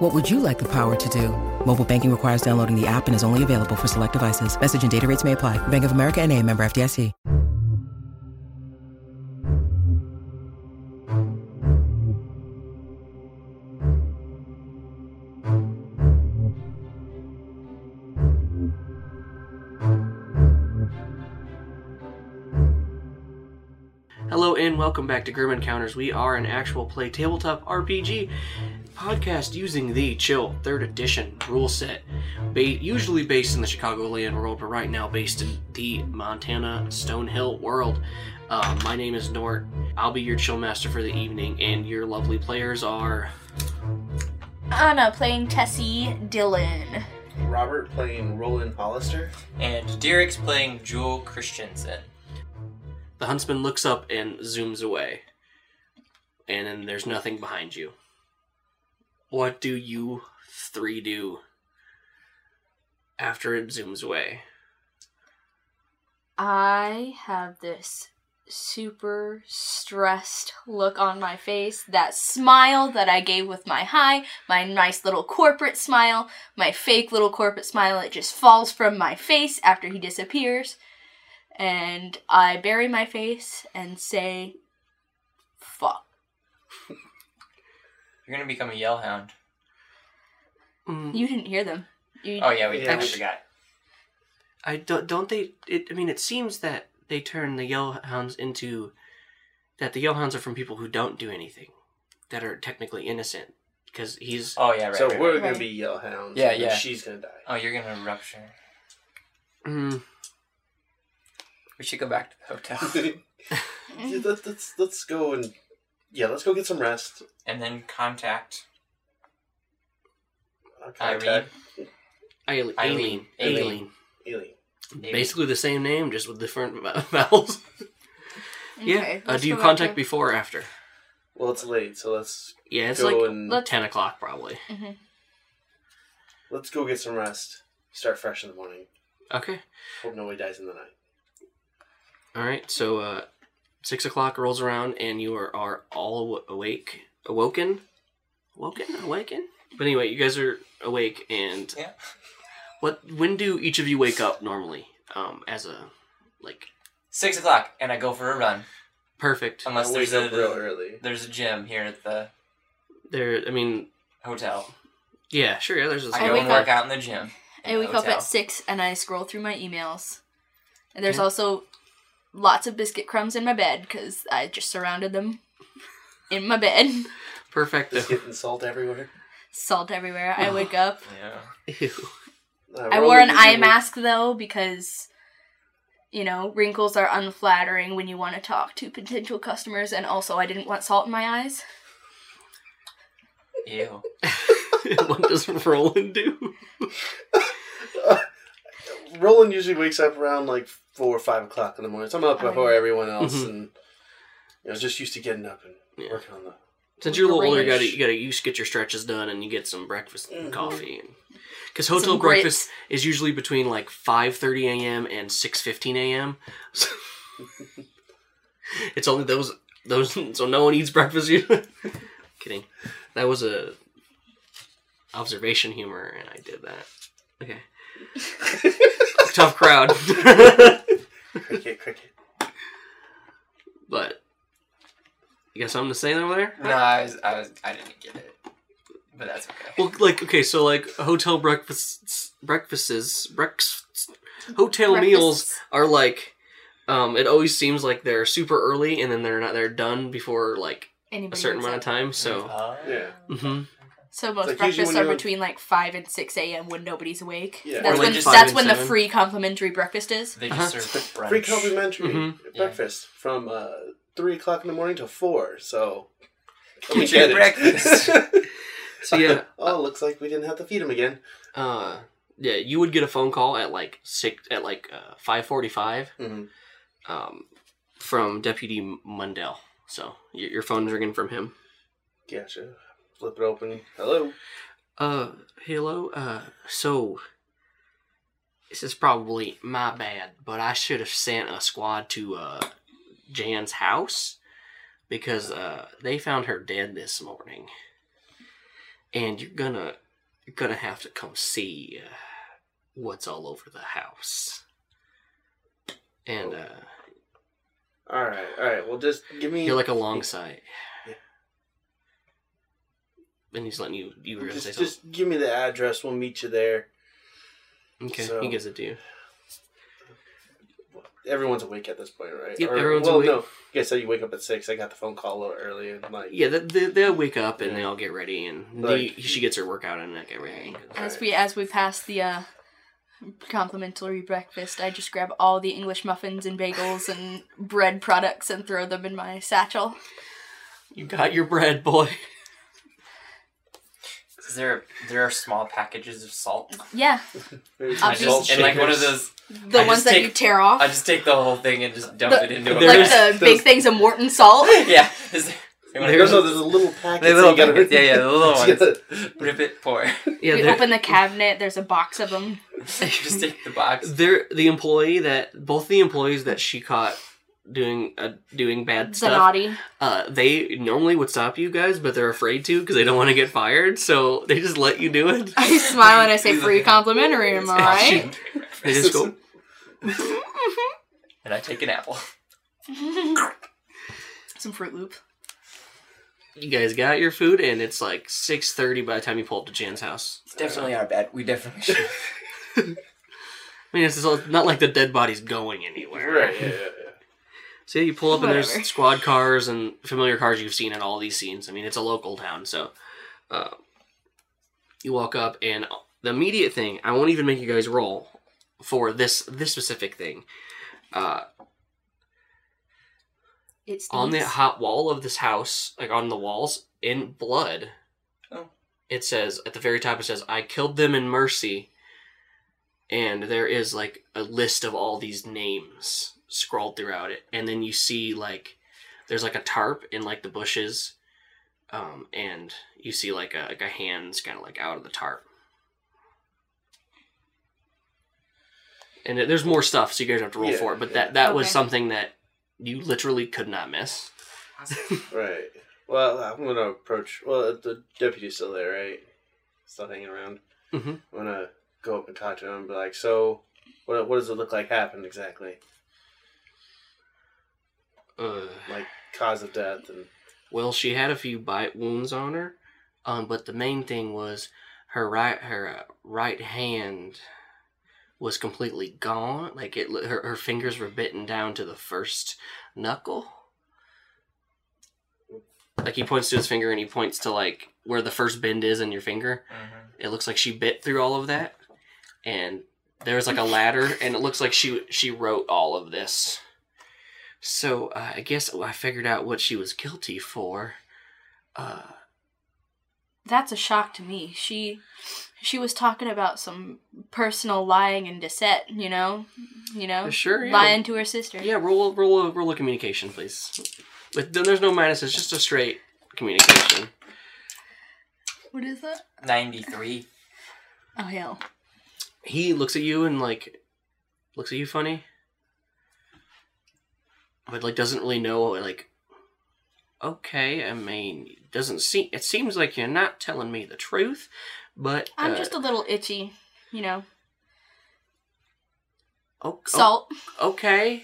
What would you like the power to do? Mobile banking requires downloading the app and is only available for select devices. Message and data rates may apply. Bank of America and a member FDIC. Hello and welcome back to Grim Encounters. We are an actual play tabletop RPG podcast using the Chill 3rd Edition rule set, ba- usually based in the Chicagoland world, but right now based in the Montana Stonehill world. Uh, my name is Nort. I'll be your Chill Master for the evening, and your lovely players are. Anna playing Tessie Dillon. Robert playing Roland Hollister. And Derek's playing Jewel Christensen. The huntsman looks up and zooms away, and then there's nothing behind you. What do you three do after it zooms away? I have this super stressed look on my face, that smile that I gave with my high, my nice little corporate smile, my fake little corporate smile, it just falls from my face after he disappears. And I bury my face and say, fuck. You're gonna become a yellhound. Mm, You didn't hear them. You, Oh yeah, we Yeah. I forgot. I don't. Don't they? It, I mean, it seems that they turn the yellhounds into that. The yellhounds are from people who don't do anything, that are technically innocent, because he's. Oh yeah, right. so right, we're right. gonna Right. be Yellhounds. Yeah, and yeah. She's gonna die. Oh, you're gonna rupture. Mm, We should go back to the Mm-hmm. hotel Yeah, let, let's let's go and yeah, let's go get some rest. and then contact I'll Irene. contact Aileen. Aileen. Aileen. Aileen. Aileen. Maybe. Basically the same name, just with different vowels. yeah. Okay, Uh, let's do you go back contact to- before or after? Well, it's late, so let's Yeah, it's go like and Let's- ten o'clock probably. Mhm. let's go get some rest. Start fresh in the morning. Okay. Hope nobody dies in the night. All right. So uh, six o'clock rolls around, and you are, are all awake, awoken, awoken, awaken. But anyway, you guys are awake, and Yeah. what? When do each of you wake up normally? Um, as a like Six o'clock, and I go for a run. perfect. Unless I there's wake a up real early. there's a gym here at the There. I mean, hotel. yeah, sure. Yeah, there's. a I I go wake and up- work out in the gym. in I the wake up hotel. at six and I scroll through my emails. And there's Okay. also lots of biscuit crumbs in my bed because I just surrounded them in my bed. perfect. Just getting salt everywhere. Salt everywhere. I wake up. Yeah. Ew. I Uh, Roland wore an usually eye wake- mask though because, you know, wrinkles are unflattering when you want to talk to potential customers. And also, I didn't want salt in my eyes. Ew. what does Roland do? Roland usually wakes up around like four or five o'clock in the morning. So I'm up Oh, before yeah. everyone else, Mm-hmm. Mhm. and you know, just used to getting up and Yeah. working on the Since you're a little older, you gotta Greenish. you gotta you just get your stretches done and you get some breakfast and Mhm. coffee. Because hotel Some breakfast is usually between like five thirty a.m. and six fifteen a.m. So it's only those those so no one eats breakfast. usually. Kidding, that was a observation humor, and I did that. Okay, tough crowd, cricket, cricket. but you got something to say over there? No, I was I was I didn't get it, but that's okay. Well, like okay, so like hotel breakfasts, breakfasts, breakfasts hotel meals Breakfasts. are like. Um, it always seems like they're super early, and then they're not. They're done before like a Anybody certain wakes amount of up. time. So, Oh. Yeah. Mhm. So most like usually breakfasts when are you're- between like five and six a.m. when nobody's awake. Yeah. Or, That's like, when just five that's and when the seven. free complimentary breakfast is. They Uh-huh. just serve brunch. Free complimentary Mhm. breakfast from uh, three o'clock in the morning till four. So we Get your get it. breakfast. so yeah, oh, looks like we didn't have to feed him again. uh, yeah, you would get a phone call at like six at like uh, five forty-five, Mhm. um, from Deputy Mundell. So your, your phone's ringing from him. Gotcha. Flip it open. Hello. Uh, hello. Uh, so this is probably my bad, but I should have sent a squad to uh Jan's house because uh they found her dead this morning, and you're gonna you're gonna have to come see uh, what's all over the house. And uh, All right. All right. Well, just give me. you're like alongside. Yeah. And he's letting you. You were gonna say just, something. just give me the address. We'll meet you there. okay, so- he gives it to you. Everyone's awake at this point, right? Yep, everyone's well, awake. No, yeah. So you wake up at six. I got the phone call a little early, and like, Yeah, they, they, they'll wake up and Yeah. they all get ready, and Like- they, she gets her workout and like everything. As we as we pass the uh, complimentary breakfast, I just grab all the English muffins and bagels and bread products and throw them in my satchel. You got your bread, boy. Is there there are small packages of salt? Yeah, Maybe I'll some I just- salt just and like one of shakers. those. the I ones just that take- you tear off, I just take the whole thing and just dump The- it into a there like is- bag. the big those- things of Morton salt. Yeah. Is there, anyone- No, There's- no, there's a little packet. They so little you gotta- packets, yeah, yeah, the little you gotta- Rip it, pour. Yeah, we there- open the cabinet. There's a box of them. just take the box. They're the employee that both the employees that she caught doing uh, doing bad The stuff. naughty. Uh, they normally would stop you guys, but they're afraid to because they don't want to get fired. So they just let you do it. I smile and I say, "Free complimentary." Am I right? They just go. And I take an apple. Some Fruit Loop. You guys got your food, and it's like six thirty by the time you pull up to Jan's house. It's definitely our bad. We definitely should. I mean, it's it's not like the dead body's going anywhere. Right. Yeah, yeah, yeah. So yeah, you pull up and Whatever. there's squad cars and familiar cars you've seen in all these scenes. I mean, it's a local town, so uh, you walk up and the immediate thing. I won't even make you guys roll for this this specific thing. Uh, It's on the hot wall of this house, like on the walls, in blood. Oh. It says at the very top. It says, "I killed them in mercy," and there is like a list of all these names scrawled throughout it, and then you see like there's like a tarp in like the bushes, um, and you see like a like a hands kind of like out of the tarp. And it- there's more stuff, so you guys have to roll Yeah, for it. But yeah. that that was Okay. something that you literally could not miss. Right. Well, I'm gonna approach. Well, the deputy's still there, right? Still hanging around. Mhm. I'm gonna go up and talk to him and be like, "So, what what does it look like happened exactly? Uh, Like cause of death and well, she had a few bite wounds on her, um, but the main thing was her right her uh, right hand was completely gone. Like it, her her fingers were bitten down to the first knuckle. Like he points to his finger and he points to like where the first bend is in your finger. Mm-hmm. It looks like she bit through all of that, and there's like a ladder, and it looks like she she wrote all of this. So uh, I guess I figured out what she was guilty for. Uh, That's a shock to me. She she was talking about some personal lying and dissent, you know? You know? Sure, yeah. Lying to her sister. yeah, roll roll a roll a communication, please. But then there's no minuses, just a straight communication. What is that? 93. Oh hell. He looks at you and like looks at you funny, but like doesn't really know like. Okay, I mean, doesn't seem. It seems like you're not telling me the truth, but I'm uh, just a little itchy, you know. o- o- Salt. okay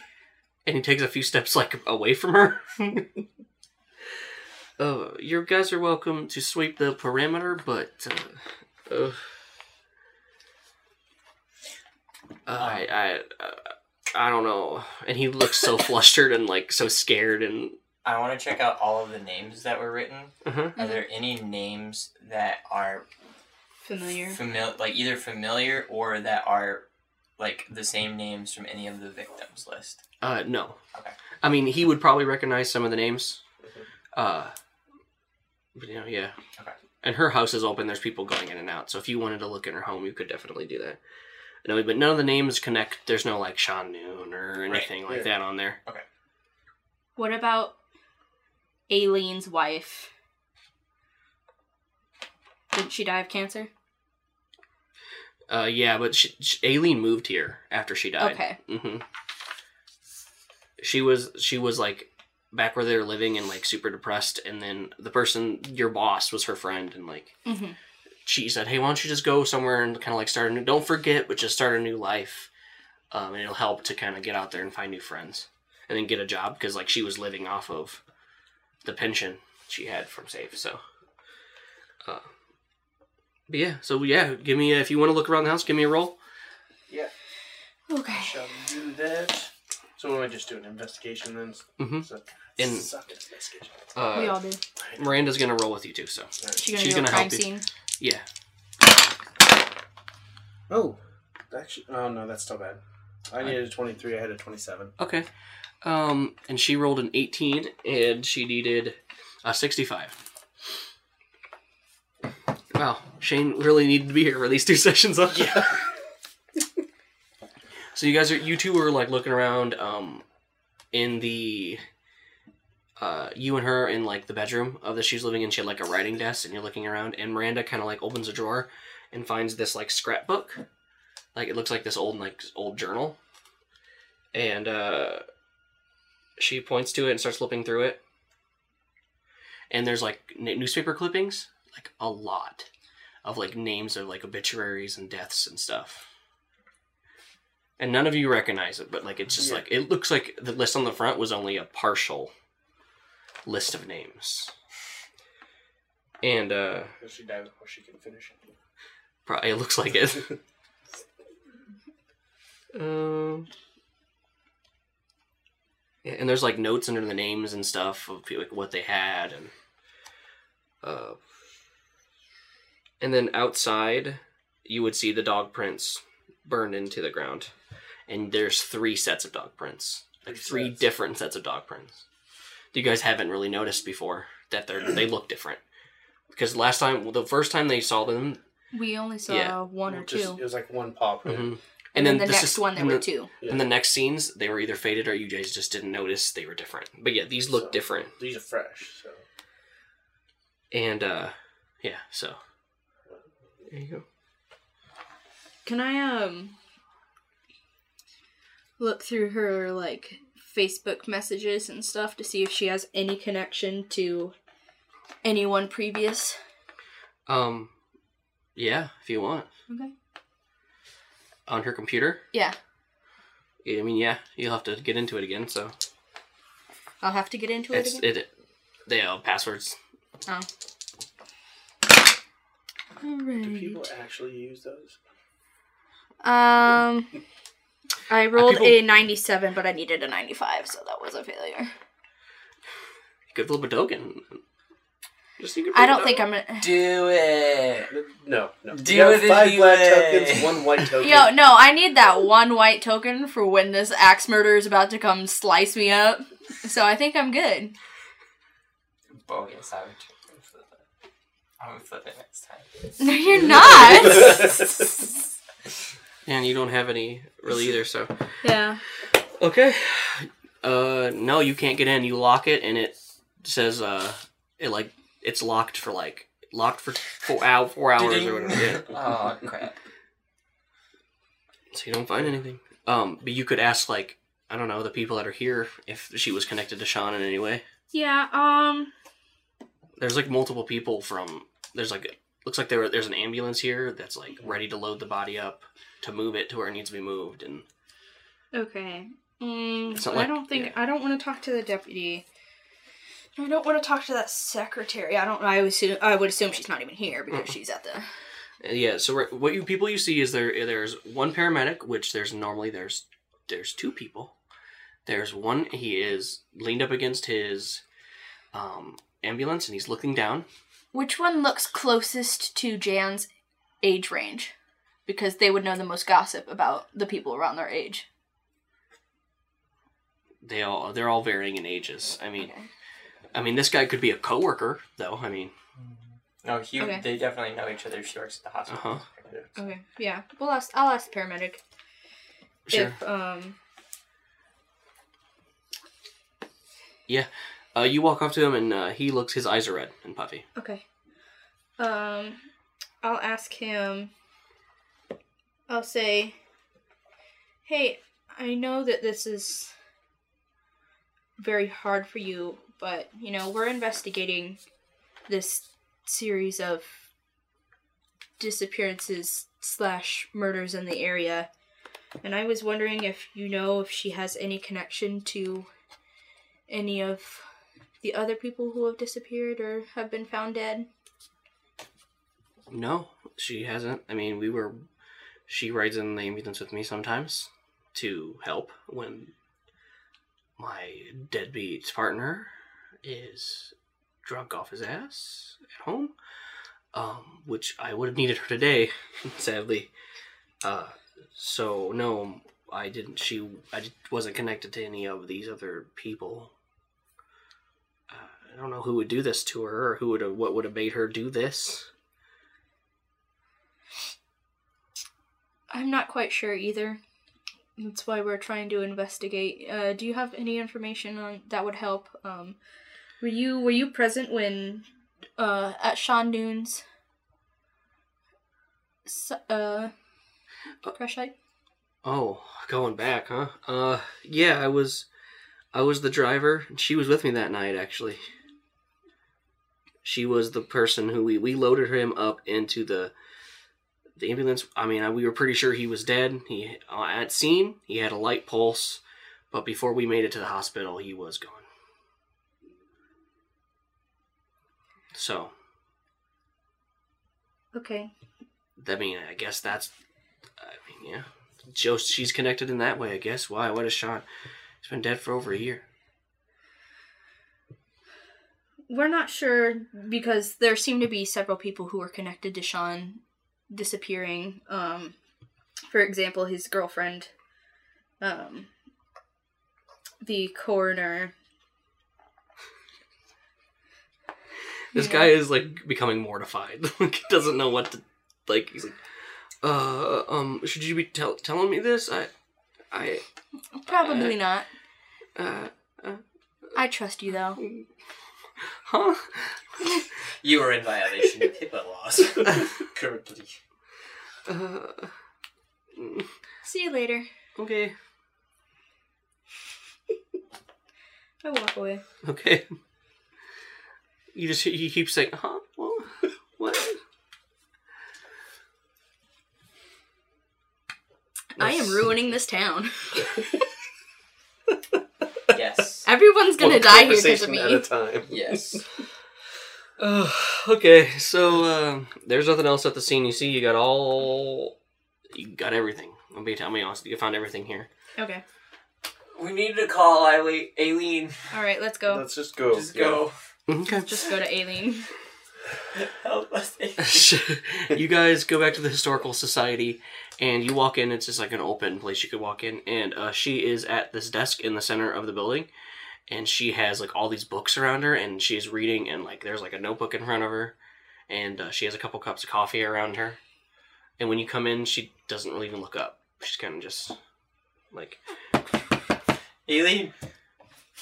and he takes a few steps like away from her uh, your guys are welcome to sweep the perimeter but uh, uh, I, I uh, i don't know and he looks so flustered and like so scared and I want to check out all of the names that were written. uh Mm-hmm. Are there any names that are Familiar. familiar, like either familiar or that are like the same names from any of the victims list? uh no Okay. i mean he would probably recognize some of the names uh but you know yeah Okay. and her house is open. There's people going in and out. So if you wanted to look in her home, you could definitely do that. I know, but none of the names connect. There's no like Sean Noon or anything like yeah. that on there. What about Aileen's wife? Didn't she die of cancer? Uh, yeah, but she, she, Aileen moved here after she died. Okay. hmm She was she was like back where they were living and like super depressed, and then the person your boss was her friend, and like Mm-hmm. she said, "Hey, why don't you just go somewhere and kind of like start a new? Don't forget, but just start a new life, um, and it'll help to kind of get out there and find new friends, and then get a job because like she was living off of the pension she had from Save. So, uh, but yeah, so yeah, give me a, if you want to look around the house, give me a roll. Yeah. Okay. Shall we do that? So what am I just doing? Investigation then? Mm-hmm. So, In- suck at investigation. we Uh, all do. Miranda's gonna roll with you too. So She gonna she's do gonna a crime help you. scene. yeah, Oh, actually, oh no, that's still bad. I needed a 23, I had a 27. okay. Um, and she rolled an eighteen, and she needed a sixty-five. Wow, Shane really needed to be here for these two sessions. Huh? Yeah. so you guys are you two are like looking around, um, in the. Uh, you and her in like the bedroom of that she's living in. She had like a writing desk, and you're looking around. And Miranda kind of like opens a drawer and finds this like scrapbook. Like it looks like this old like old journal. and uh, she points to it and starts flipping through it. And there's like n- newspaper clippings, like a lot of like names of like obituaries and deaths and stuff. And none of you recognize it, but like it's just Yeah. like it looks like the list on the front was only a partial list of names. And uh Does she die before she can finish it? Probably it looks like it. um, yeah, and there's like notes under the names and stuff of like what they had and uh, and then outside you would see the dog prints burned into the ground, and there's three sets of dog prints, like Three three sets. different sets of dog prints. You guys haven't really noticed before that they are they look different because last time, well, the first time they saw them, We only saw Yeah. one or Just- two. It was like one paw print. Mhm. Mm-hmm. And, then, the this next is- one, there and were the- two. And the next scenes, they were either faded or you guys just didn't notice they were different. But yeah, these look So- different. These are fresh, so. And uh yeah, so there you go. Can I um look through her like Facebook messages and stuff to see if she has any connection to anyone previous? Um yeah, if you want. Okay. On her computer. Yeah, I mean, yeah, you'll have to get into it again, so I'll have to get into it. it's Again. it, they have passwords. Oh. Do Alright. people actually use those? Um, I rolled people- a 97, but I needed a 95, so that was a failure. You could flip a token. Just you could I flip a don't think token. I'm gonna. Do it. No, no. Do You got it five black anyway. tokens, one white token. Yo, no, I need that one white token for when this axe murderer is about to come slice me up. So I think I'm good. Bogus. I would. flip it. I'm gonna flip it next time. No, you're not. And you don't have any really either, so yeah. Okay. Uh, no, you can't get in. You lock it, and it says uh, it like it's locked for like locked for four hour four hours or whatever. Yeah. oh crap. So you don't find anything. Um, but you could ask like I don't know the people that are here if she was connected to Sean in any way. Yeah, um, There's like multiple people from. There's like looks like there were- there's an ambulance here that's like ready to load the body up to move it to where it needs to be moved and okay. Mm, It's not I like- don't think, yeah. I don't want to talk to the deputy. I don't want to talk to that secretary. I don't, I would assume, I would assume she's not even here because she's at the. Uh, Yeah. So we're- what you people you see is there. There's one paramedic, which there's normally there's there's two people. There's one. He is leaned up against his um, ambulance, and he's looking down. Which one looks closest to Jan's age range? Because they would know the most gossip about the people around their age. They all they're all varying in ages. I mean, Okay. I mean this guy could be a coworker though. I mean, No, he. Okay. They definitely know each other. She works at the hospital. Uh-huh. Okay. Yeah. We'll ask. I'll ask the paramedic Sure. if um. Uh, you walk up to him and uh, he looks. His eyes are red and puffy. Okay. Um, I'll ask him. I'll say, "Hey, I know that this is very hard for you, but you know we're investigating this series of disappearances slash murders in the area, and I was wondering if you know if she has any connection to any of the other people who have disappeared or have been found dead. No, she hasn't. I mean, we were. She rides in the ambulance with me sometimes to help when my deadbeat partner is drunk off his ass at home, um, which I would have needed her today, sadly. Uh, so no, I didn't. She, I d- wasn't connected to any of these other people. Uh, I don't know who would do this to her, or who would have, what would have made her do this. I'm not quite sure either. That's why we're trying to investigate. Uh, do you have any information on that would help? Um, were you were you present when uh, at Sean Noon's s- uh, crash site? Oh, going back, huh? Uh, yeah, I was, I was the driver. and She was with me that night, actually. She was the person who we we loaded him up into the, the ambulance. I mean, I, we were pretty sure he was dead. He uh, at scene, he had a light pulse, but before we made it to the hospital, he was gone. So, Okay. I mean, I guess that's. I mean, yeah. Joe, she's connected in that way, I guess. Why? What a shot. He's been dead for over a year. We're not sure because there seem to be several people who were connected to Sean disappearing. Um, for example, his girlfriend, um, the coroner. This Yeah. guy is, like, becoming mortified. like, he doesn't know what to. Like, he's like, uh, um, should you be tell- telling me this? I. I. Probably Uh, not. Uh. I trust you though. Huh? You are in violation of HIPAA laws currently. Uh. mm, See you later. Okay. I walk away. Okay. You just. He keeps saying, huh? What? what? I am ruining this town. Yes. Everyone's gonna One die here because of conversation me. at a time. Yes. Ugh, okay, so um, there's nothing else at the scene. You see, you got all, you got everything. I'm being, I'm being honest. You found everything here. Okay. We need to call Eileen. Aileen. All right. Let's go. Let's just go. Just go. Mm-hmm, Okay. Just go to Aileen. Help us. you guys go back to the historical society, and you walk in. It's just like an open place you could walk in, and uh, she is at this desk in the center of the building, and she has like all these books around her, and she is reading, and like there's like a notebook in front of her, and uh, she has a couple cups of coffee around her, and when you come in, she doesn't really even look up. She's kind of just like. Aileen,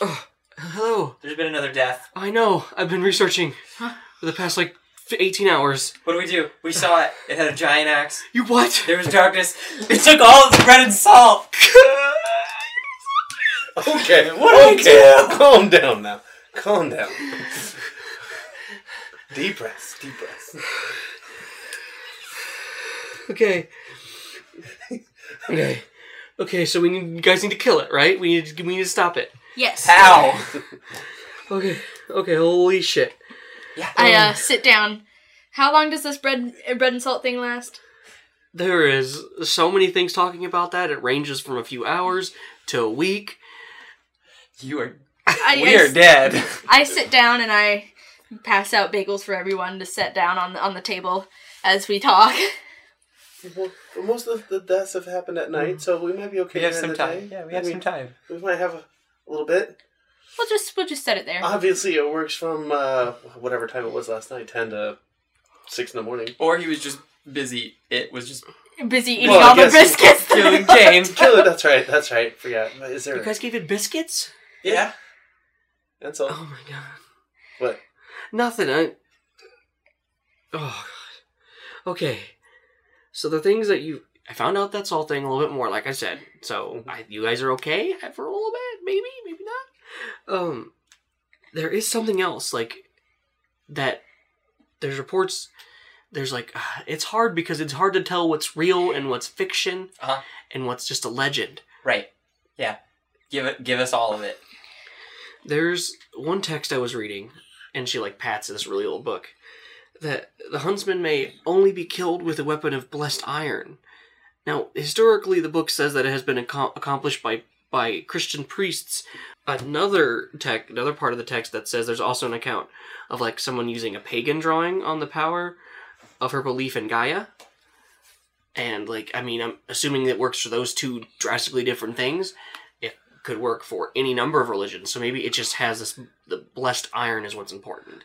Oh, hello. there's been another death. I know. I've been researching for the past like f- 18 hours. What do we do? We saw it. It had a giant axe. You what? There was darkness. It took all of the bread and salt. Okay. What okay. Calm down now. Calm down. deep breaths. Deep breaths. Okay. okay. Okay, so we need, you guys need to kill it, right? We need to, we need to stop it. Yes. Ow. Okay. Okay, holy shit. I uh, sit down. How long does this bread uh, bread and salt thing last? There is so many things talking about that. It ranges from a few hours to a week. You are. I, We are I, dead. I sit down and I pass out bagels for everyone to set down on the, on the table as we talk. Well, most of the deaths have happened at night, so we might be okay. during the day. I mean, time. We might have a, a little bit. We'll just we'll just set it there. Uh, Obviously, it works from uh, whatever time it was last night, ten to six in the morning. Or he was just busy. It was just Busy eating Well, I all the guess- biscuits. killing James. Kill it. That's right. That's right. Forgot. Is there? You guys gave it biscuits? Yeah. That's all. Oh my god. What? Nothing. I. Oh god. Okay. So the things that you, I found out that salt thing a little bit more. Like I said, so I, you guys are okay for a little bit, maybe, maybe not. Um, there is something else like that. There's reports. There's like uh, it's hard because it's hard to tell what's real and what's fiction Uh-huh. and what's just a legend. Right. Yeah. Give it. Give us all of it. There's one text I was reading, and she like pats this really old book, that the huntsman may only be killed with a weapon of blessed iron. Now, historically, the book says that it has been accom- accomplished by by Christian priests. Another tech, another part of the text that says there's also an account of like someone using a pagan drawing on the power of her belief in Gaia. And like, I mean, I'm assuming it works for those two drastically different things could work for any number of religions. So maybe it just has this the blessed iron is what's important.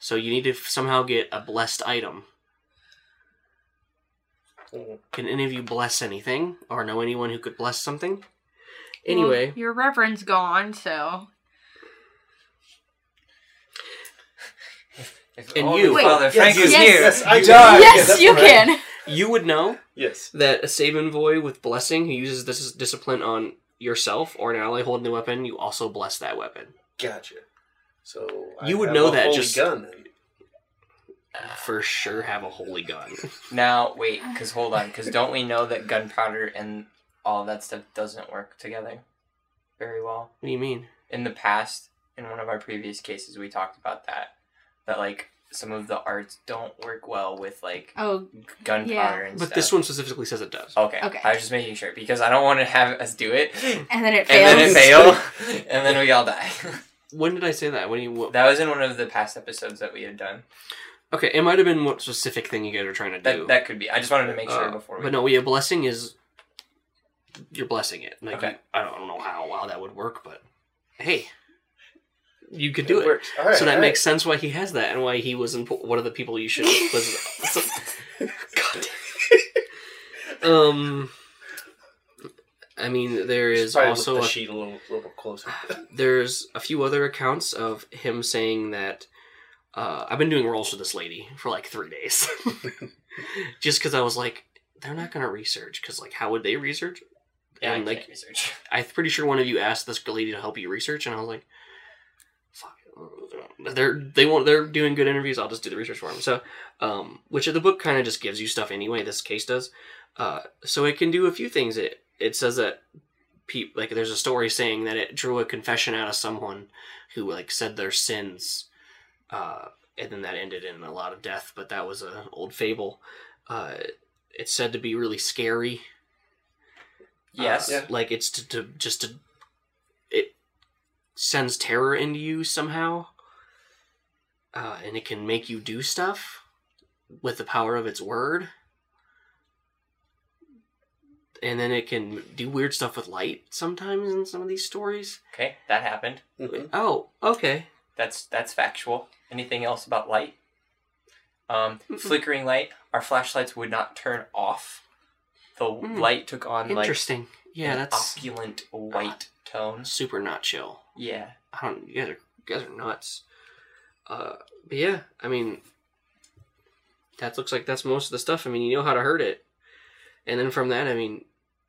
So you need to f- somehow get a blessed item. Mhm. Can any of you bless anything or know anyone who could bless something? Anyway, your reverend's gone, so If And only you. Father Wait. Frank Yes. was Yes. here. Yes, I you- got- yes, that's you right. can. you would know Yes. that a Saban boy with blessing who uses this discipline on yourself or an ally holding the weapon, you also bless that weapon. Gotcha. So You would have know a that holy just- gun. Then. For sure, have a holy gun. Now wait, because hold on, because don't we know that gunpowder and all of that stuff doesn't work together very well? what do you mean? in the past in one of our previous cases we talked about that that like some of the arts don't work well with like Oh, gunpowder Yeah. and But stuff. this one specifically says it does. okay Okay. i was just making sure because i don't want to have us do it and and then it fails. then it fail and then we all die When did I say that? When do you? What, that was in one of the past episodes that we had done Okay, it might have been what specific thing you guys are trying to do. that, that could be i just wanted to make sure Uh, before we but no, we a blessing is you're blessing it. Like Okay. you- I don't I don't know how wow that would work, but hey, you could do it. works. All right. so that all right. makes sense why he has that and why he was impo- one of the people you should was. so- God damn. um, I mean, there Should is probably look also the a Ah. sheet a little, little closer. there's a few other accounts of him saying that uh, I've been doing roles for this lady for like three days, just because I was like, they're not gonna research because like how would they research? yeah, I and can't like uh, research I'm pretty sure one of you asked this lady to help you research, and I was like, fuck, they're they want they're doing good interviews. I'll just do the research for them. So, um, which the book kind of just gives you stuff anyway. This case does, uh, so it can do a few things. It it says that peop like there's a story saying that it drew a confession out of someone who like said their sins, uh, and then that ended in a lot of death. But that was an old fable. Uh, it's said to be really scary yes uh, like it's to, to just to it sends terror into you somehow, uh, and it can make you do stuff with the power of its word. And then it can do weird stuff with light sometimes in some of these stories. okay that happened Mhm. Oh, okay. that's that's factual anything else about light um, flickering light our flashlights would not turn off the Mm. light took on like Interesting. yeah, an that's opulent white tones. super not chill. Yeah. I don't. You guys are you guys are nuts. Uh, but yeah, I mean, that looks like that's most of the stuff. I mean, you know how to hurt it, and then from that, I mean,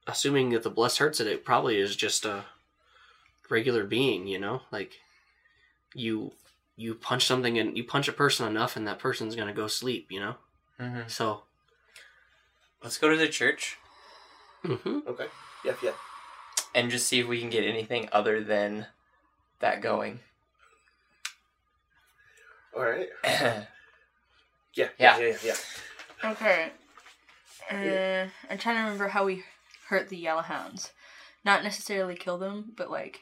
assuming that the bless hurts it, it probably is just a regular being. You know, like you you punch something and you punch a person enough, and that person's gonna go sleep. You know, Mm-hmm. so Let's go to the church Mm-hmm. mhm. Okay. Yeah. Yeah. and just see if we can get anything other than that going. All right. okay. Yeah. Yeah. Yeah. Yeah. yeah. Okay. Uh, I'm trying to remember how we hurt the yellow hounds. Not necessarily kill them, but like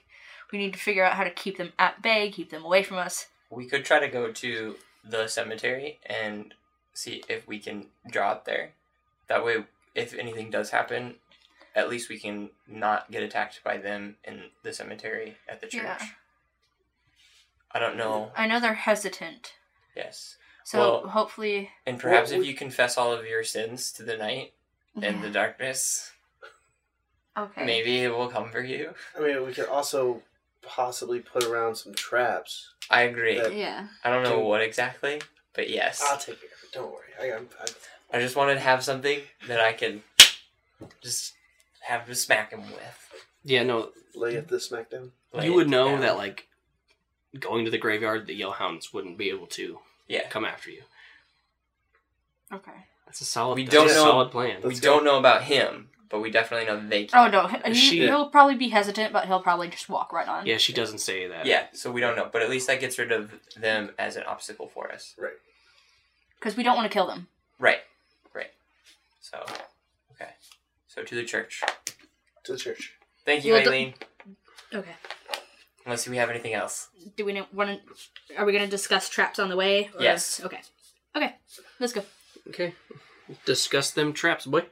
we need to figure out how to keep them at bay, keep them away from us. We could try to go to the cemetery and see if we can draw it there. That way, if anything does happen, at least we can not get attacked by them in the cemetery at the church. Yeah. I don't know. I know they're hesitant. Yes. So Well- hopefully, And perhaps Well, if you confess all of your sins to the night and the darkness, okay. maybe it will come for you. I mean, we could also possibly put around some traps. I agree. That- Yeah. I don't know what exactly, but yes. I'll take care of it. Don't worry. I, I'm, I'm, I just wanted to have something that I can just have to smack him with. Yeah, no, lay at the smackdown. Lay you it would know down. that like going to the graveyard, the Yellhounds wouldn't be able to Yeah. come after you. Okay. That's a solid. We We don't don't a know- solid plan. We Let's go. don't know about him, but we definitely know they Oh can. no, he, She- he'll probably be hesitant, but he'll probably just walk right on. Yeah, she doesn't say that. Yeah, so we don't know, but at least that gets rid of them as an obstacle for us. Right. Because we don't want to kill them. Right. Right. So, okay. So to the church. To the church. Thank you, Well, the- Eileen. Okay. Unless we have anything else. Do we want to? Are we going to discuss traps on the way? or- Yes. Okay. Okay. Let's go. Okay. Discuss them traps, boy.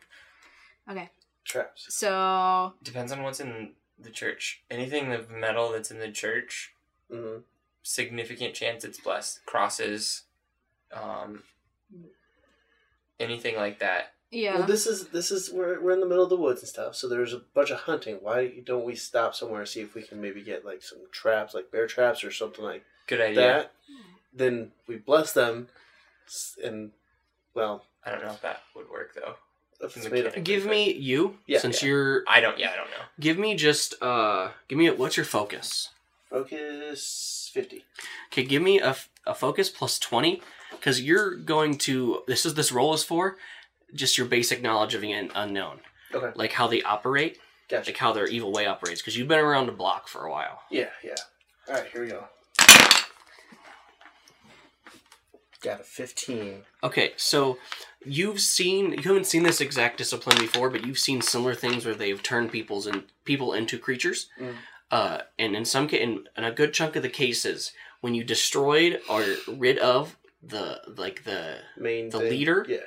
Okay. Traps. So Depends on what's in the church. Anything of metal that's in the church, hmm significant chance it's blessed. Crosses, um, anything like that. yeah. Well, this is this is we're we're in the middle of the woods and stuff. So there's a bunch of hunting. Why don't we stop somewhere and see if we can maybe get like some traps, like bear traps or something like Good idea. that? Then we bless them, s- and well, I don't know if that would work though. if it's Mechanic. made of Give me you Yeah, since yeah. you're. I don't. Yeah, I don't know. Give me just uh. Give me a, what's your focus? focus fifty. Okay, give me a, f- a focus plus 20 because you're going to. This is this roll is for just your basic knowledge of an unknown, Okay, like how they operate, gotcha. like how their evil way operates. Because you've been around the block for a while. Yeah, yeah. All right, here we go. Got a fifteen. Okay, so you've seen you haven't seen this exact discipline before, but you've seen similar things where they've turned people's and people into creatures. Mm. Uh, and in some ca- in, in a good chunk of the cases, when you destroyed or rid of the like the Main The thing. leader? Yeah.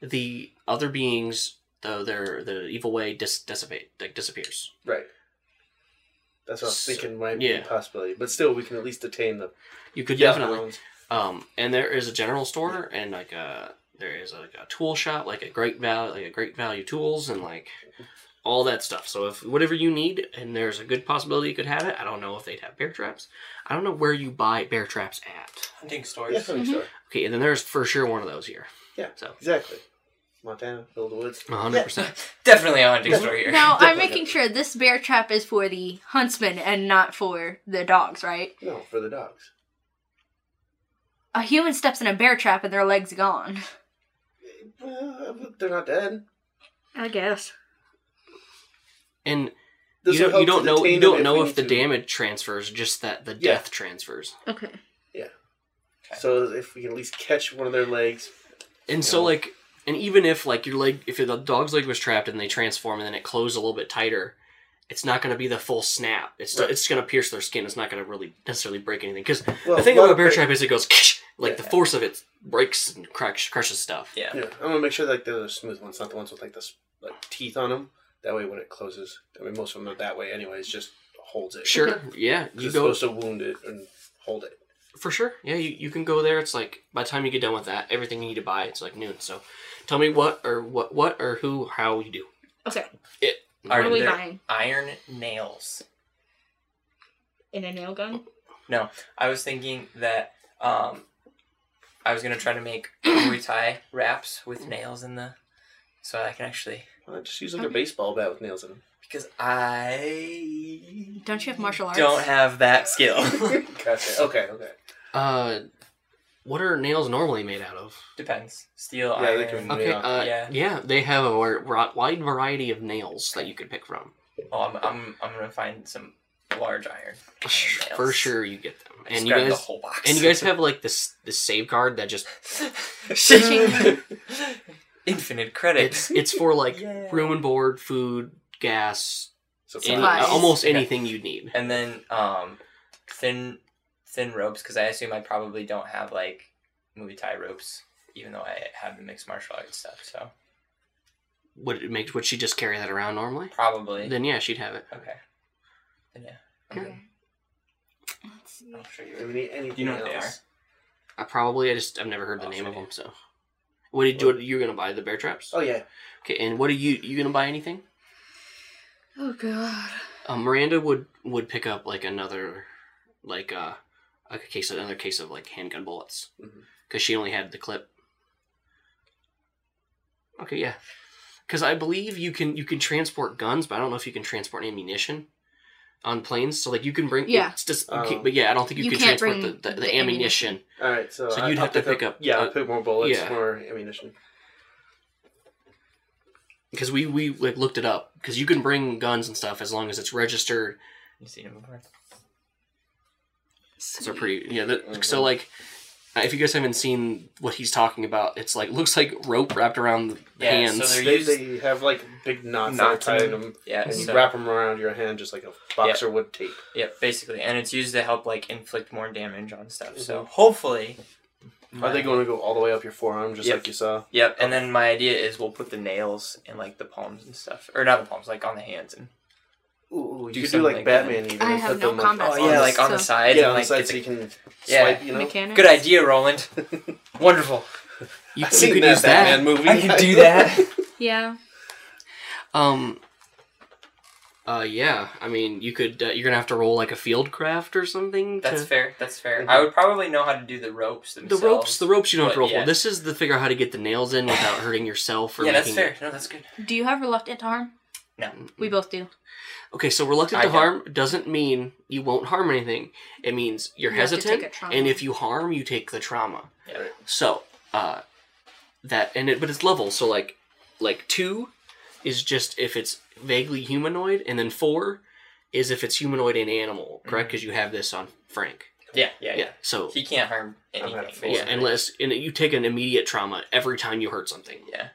the other beings, though their the evil way dis- dissipate like disappears. Right. That's what I was So- thinking might be yeah. a possibility. But still, we can at least detain the You could definitely Yellhounds. Um, and there is a general store and like a there is like a tool shop, like a great value, like a great value tools and like all that stuff. So if whatever you need, and there's a good possibility you could have it. I don't know if they'd have bear traps. I don't know where you buy bear traps at. Hunting Yeah, stores. hunting Mhm. store. Okay, and then there's for sure one of those here. Yeah. So Exactly. Montana, middle of the woods. 100. percent Definitely a hunting store here. now I'm Definitely. making sure this bear trap is for the huntsman and not for the dogs, right? No, for the dogs. A human steps in a bear trap and their legs gone. Well, they're not dead. I guess. And This you will don't, you help don't to know detain you them don't know we if the need to. damage transfers, just that the Yeah. death transfers. Okay. So if we can at least catch one of their legs. And so Yeah. like and even if like your leg if the dog's leg was trapped and they transform and then it closed a little bit tighter, it's not going to be the full snap. It's Right. it's going to pierce their skin. It's not going to really necessarily break anything cuz Well, the thing well, about a bear but- trap is it goes like the Yeah. force of it breaks and cracks, crushes stuff. Yeah. Yeah, I'm gonna make sure like they're the smooth ones, not the ones with like this like teeth on them. That way, when it closes, I mean most of them are that way anyways. Just holds it. Sure. Yeah, you It's go supposed to wound it and hold it. for sure. Yeah, you, you can go there. It's like by the time you get done with that, everything you need to buy, it's like noon. So tell me what or what what or who how you do. Okay. It. All right, What are we they're buying? Iron nails. In a nail gun? No, I was thinking that um, I was gonna try to make Muay Thai wraps with nails in the, so I can actually Well, just use like a Okay. baseball bat with nails in them. because I Don't you have martial arts? don't have that skill. Gotcha. Okay. Okay. Uh, what are nails normally made out of? Depends. Steel, Yeah, they iron. can- Okay, Yeah. uh, Yeah. yeah. they have a wi- ri- wide variety of nails that you could pick from. Oh, I'm, I'm, I'm gonna find some large iron. iron For nails. sure, you get them, Just and you grab the guys, whole box. and you guys have like this this save card that just Infinite credits. it's it's for like Yeah. room and board, food, gas, So any, Supplies. uh, almost Yeah. anything you need. and then um, thin thin ropes because I assume I probably don't have like Muay Thai ropes, even though I have the mixed martial arts stuff. So Would it make would she just carry that around normally? probably Then yeah, she'd have it. okay. Then yeah, I'm Okay. good. Let's see. I'll show Do you. we need anything You know what they else? I probably I just I've never heard the Oh, name of shit. them. So, what did you what, you're gonna buy the bear traps? Oh yeah, Okay, and what are you you gonna buy anything? Oh god. Uh, Miranda would would pick up like another like uh like a case of another case of like handgun bullets because Mhm. she only had the clip. Okay, yeah, because I believe you can you can transport guns, but I don't know if you can transport ammunition on planes. So like you can bring Yeah. it's just, Oh. okay, but yeah, I don't think you, You can can't transport bring the, the, the, the ammunition. ammunition. all right. So, So I- you'd I'll have to pick up, Yeah, uh, I'll pick more bullets, yeah. more ammunition. because we we like looked it up because you can bring guns and stuff as long as it's registered. You seen him before? So pretty yeah. The, Oh, So like, uh, if you guys haven't seen what he's talking about, it's like looks like rope wrapped around the Yeah, so hands. they're They, used- they have like big knots that are Knots in tied in them. them, Yeah. and you so- wrap them around your hand just like a boxer would tape. Yeah, basically, and it's used to help like inflict more damage on stuff. So Mhm. hopefully, Are they going to go all the way up your forearm, just Yep. like you saw? Yep. And then my idea is we'll put the nails in like the palms and stuff, or not the palms, like on the hands and Ooh, Do you could do something like like that. Batman. Even I and have put no them, like, combat on oh, Oh, yeah, yeah. like on the So- sides. yeah, and, on the like, side it's so a- you can Yeah. swipe. You know, Mechanics. Good idea, Roland. Wonderful. you, I've you seen could that use Batman that. movie. I can do that. Yeah. Um. Uh yeah, I mean you could uh, you're gonna have to roll like a field craft or something. That's to- fair. That's fair. I would probably know how to do the ropes The themselves. ropes, the ropes you don't have to But, roll yeah. for. This is the figure out how to get the nails in without hurting yourself or yeah, that's making. fair. No, that's good. Do you have reluctant to harm? No. We both do. Okay, so reluctant I to don't. harm doesn't mean you won't harm anything. It means you're You have to take hesitant, a trauma. and if you harm, you take the trauma. Yeah. So, uh, that and it, but it's level. So like, like two is just if it's vaguely humanoid, and then four is if it's humanoid and animal, correct? Because you have this on Frank. Yeah, yeah, yeah. So He can't harm anything. at full basically. yeah, unless and you take an immediate trauma every time you hurt something. Yeah.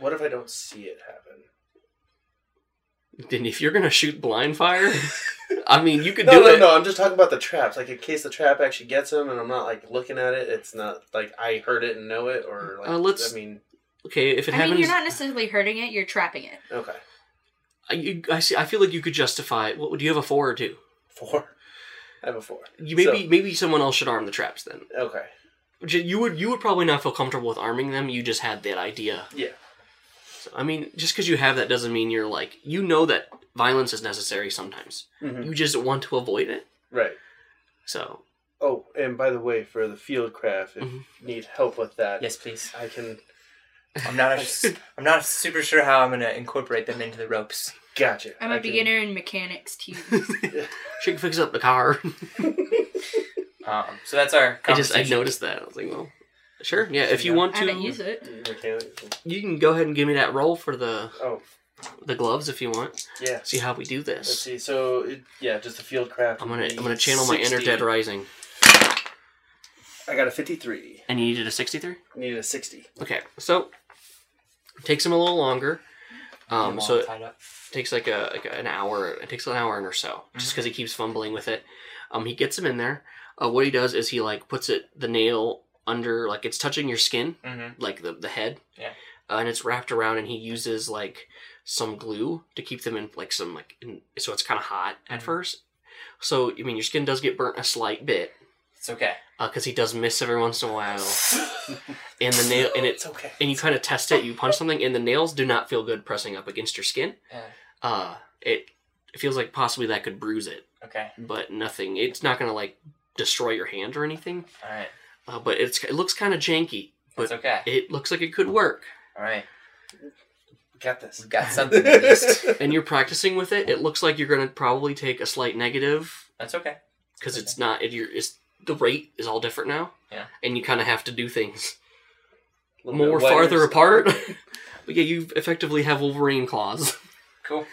What if I don't see it happen? Then if you're gonna shoot blind fire, I mean you could No, do no, it. no. I'm just talking about the traps. Like in case the trap actually gets him, and I'm not like looking at it. It's not like I heard it and know it, or like Uh, let's- I mean, Okay, if it I happens, mean, you're not necessarily hurting it, you're trapping it. okay, I, you, I see. I feel like you could justify. What do you have a four or two? four. I have a four. You maybe maybe someone else should arm the traps then. So, okay. J- You would you would probably not feel comfortable with arming them. You just had that idea. Yeah. So, I mean, just because you have that doesn't mean you're like you know that violence is necessary sometimes. Mm-hmm. Mhm. You just want to avoid it. Right. So Oh, and by the way, for the field craft, if Mhm. you need help with that, Yes, please. I can. I'm not. A, I'm not super sure how I'm gonna incorporate them into the ropes. Gotcha. I'm a a beginner in mechanics too. she can fix up the car. Um, so that's our. I just I conversation. noticed that. I was like, well, sure, yeah. If you Yeah. want I haven't used to, it. Mechanic. you can go ahead and give me that roll for the Oh, the gloves if you want. yeah. See how we do Let's this. see. So it, yeah, just the field craft. I'm gonna would be I'm gonna channel my inner 60. Dead Rising. I got a 53. And you needed a 63. Needed a 60. Okay, so it takes him a little longer. Um, Mom so it tied up. takes like a like an hour. It takes an hour or so, just because he keeps fumbling with it. Um, he gets him in there. Uh, what he does is he like puts it the nail under like it's touching your skin, Mhm. like the the head. Yeah. Uh, and it's wrapped around, and he uses like some glue to keep them in like some like in, so it's kind of hot at Mhm. first. So I mean, your skin does get burnt a slight bit It's okay. because he does miss every once in a while, and the Oh. nail and it It's okay. and you kind of test it. You punch something, and the nails do not feel good pressing up against your skin. Yeah. Uh, it, it feels like possibly that could bruise it, Okay. but nothing. It's not gonna like destroy your hand or anything. All right. Uh, but it's it looks kind of janky, It's but okay. it looks like it could work. All right. Got this. We've got something at least. And you're practicing with it. It looks like you're gonna probably take a slight negative That's okay. because it's not. It, you're, it's the rate is all different now. Yeah. and you kind of have to do things Little bit more of wire farther stuff. apart. but yeah, you effectively have Wolverine claws, Cool.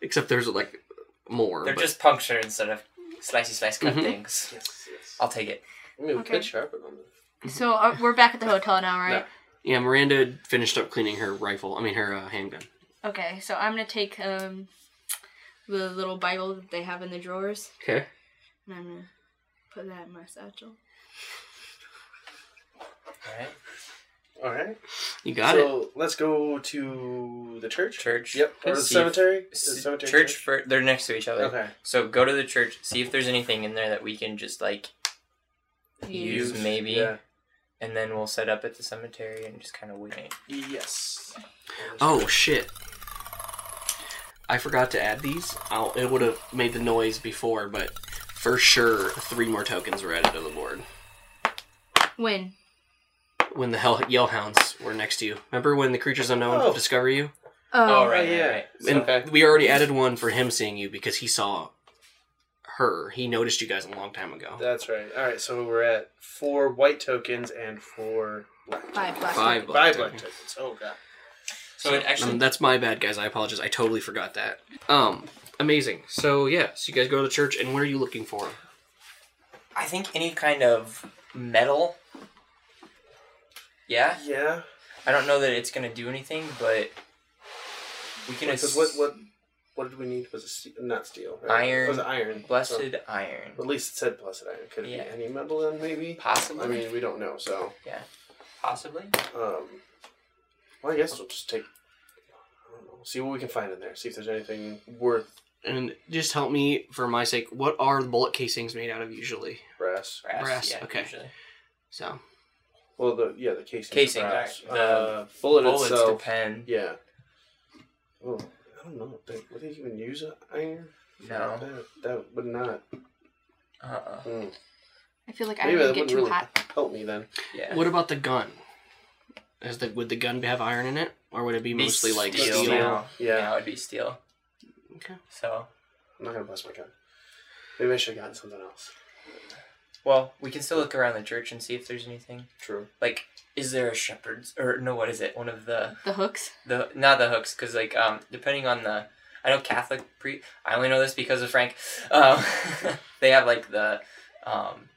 except there's like more. They're but- just puncture instead of slicey slice cut Mhm. things. Yes, yes. I'll take it. I mean, we Okay. could sharpen them. So uh, we're back at the hotel now, right? Yeah, Miranda finished up cleaning her rifle. I mean, her uh, handgun. Okay, so I'm gonna take um the little Bible that they have in the drawers, Okay. and I'm gonna put that in my satchel. All right. All right. You got it. so let's go to the church. Church. Yep. Or the See if- cemetery. The S- cemetery church for they're next to each other. Okay. So go to the church, see if there's anything in there that we can just like use Use. maybe, Yeah. and then we'll set up at the cemetery and just kind of wait. Yes. Oh shit. I forgot to add these. I'll, it would have made the noise before, but for sure, three more tokens were added to the board When? when the hell yellhounds were next to you. Remember when the creatures unknown Oh. discover you? Oh, oh right, Oh, yeah. right, right. And Okay. we already added one for him seeing you because he saw her. He noticed you guys a long time ago. That's right. All right, so we're at four white tokens and four black. five black. Five black Five tokens. black tokens. Oh god. So it actually Um, that's my bad, guys. I apologize. I totally forgot that. Um, amazing. So yeah, so you guys go to the church, and what are you looking for? I think any kind of metal. Yeah, Yeah. I don't know that it's gonna do anything, but we can. Because ass- what what what did we need? Was it steel? not steel? right? Iron. It was iron. Blessed iron. So, at least it said blessed iron. Could it Yeah. be any metal then? Maybe. Possibly. I mean, we don't know. So, yeah. Possibly. um, well, I guess we'll just take. I don't know, See what we can find in there. See if there's anything worth And just help me for my sake. What are the bullet casings made out of usually? brass. Brass. Brass, yeah, okay. Usually. So Well, the yeah, the casing. Casing, brass. right. The Uh, bullet Bullets itself. depend. Yeah. Oh, I don't know. They, would they even use a iron? No. That, that would not. Uh. uh Mm. I feel like I Maybe would that get wouldn't too really hot. help me then. Yeah. what about the gun? Is the would the gun have iron in it, or would it be Be mostly like steel. steel? Now. Yeah. Now it'd be steel. Okay. So I'm not gonna bless my gun. Maybe I should have gotten something else. well, we can still look around the church and see if there's anything. True. Like, is there a shepherd's or no? What is it? One of the The hooks. the not the hooks because like um depending on the I know Catholic pre I only know this because of Frank. Um, they have like the um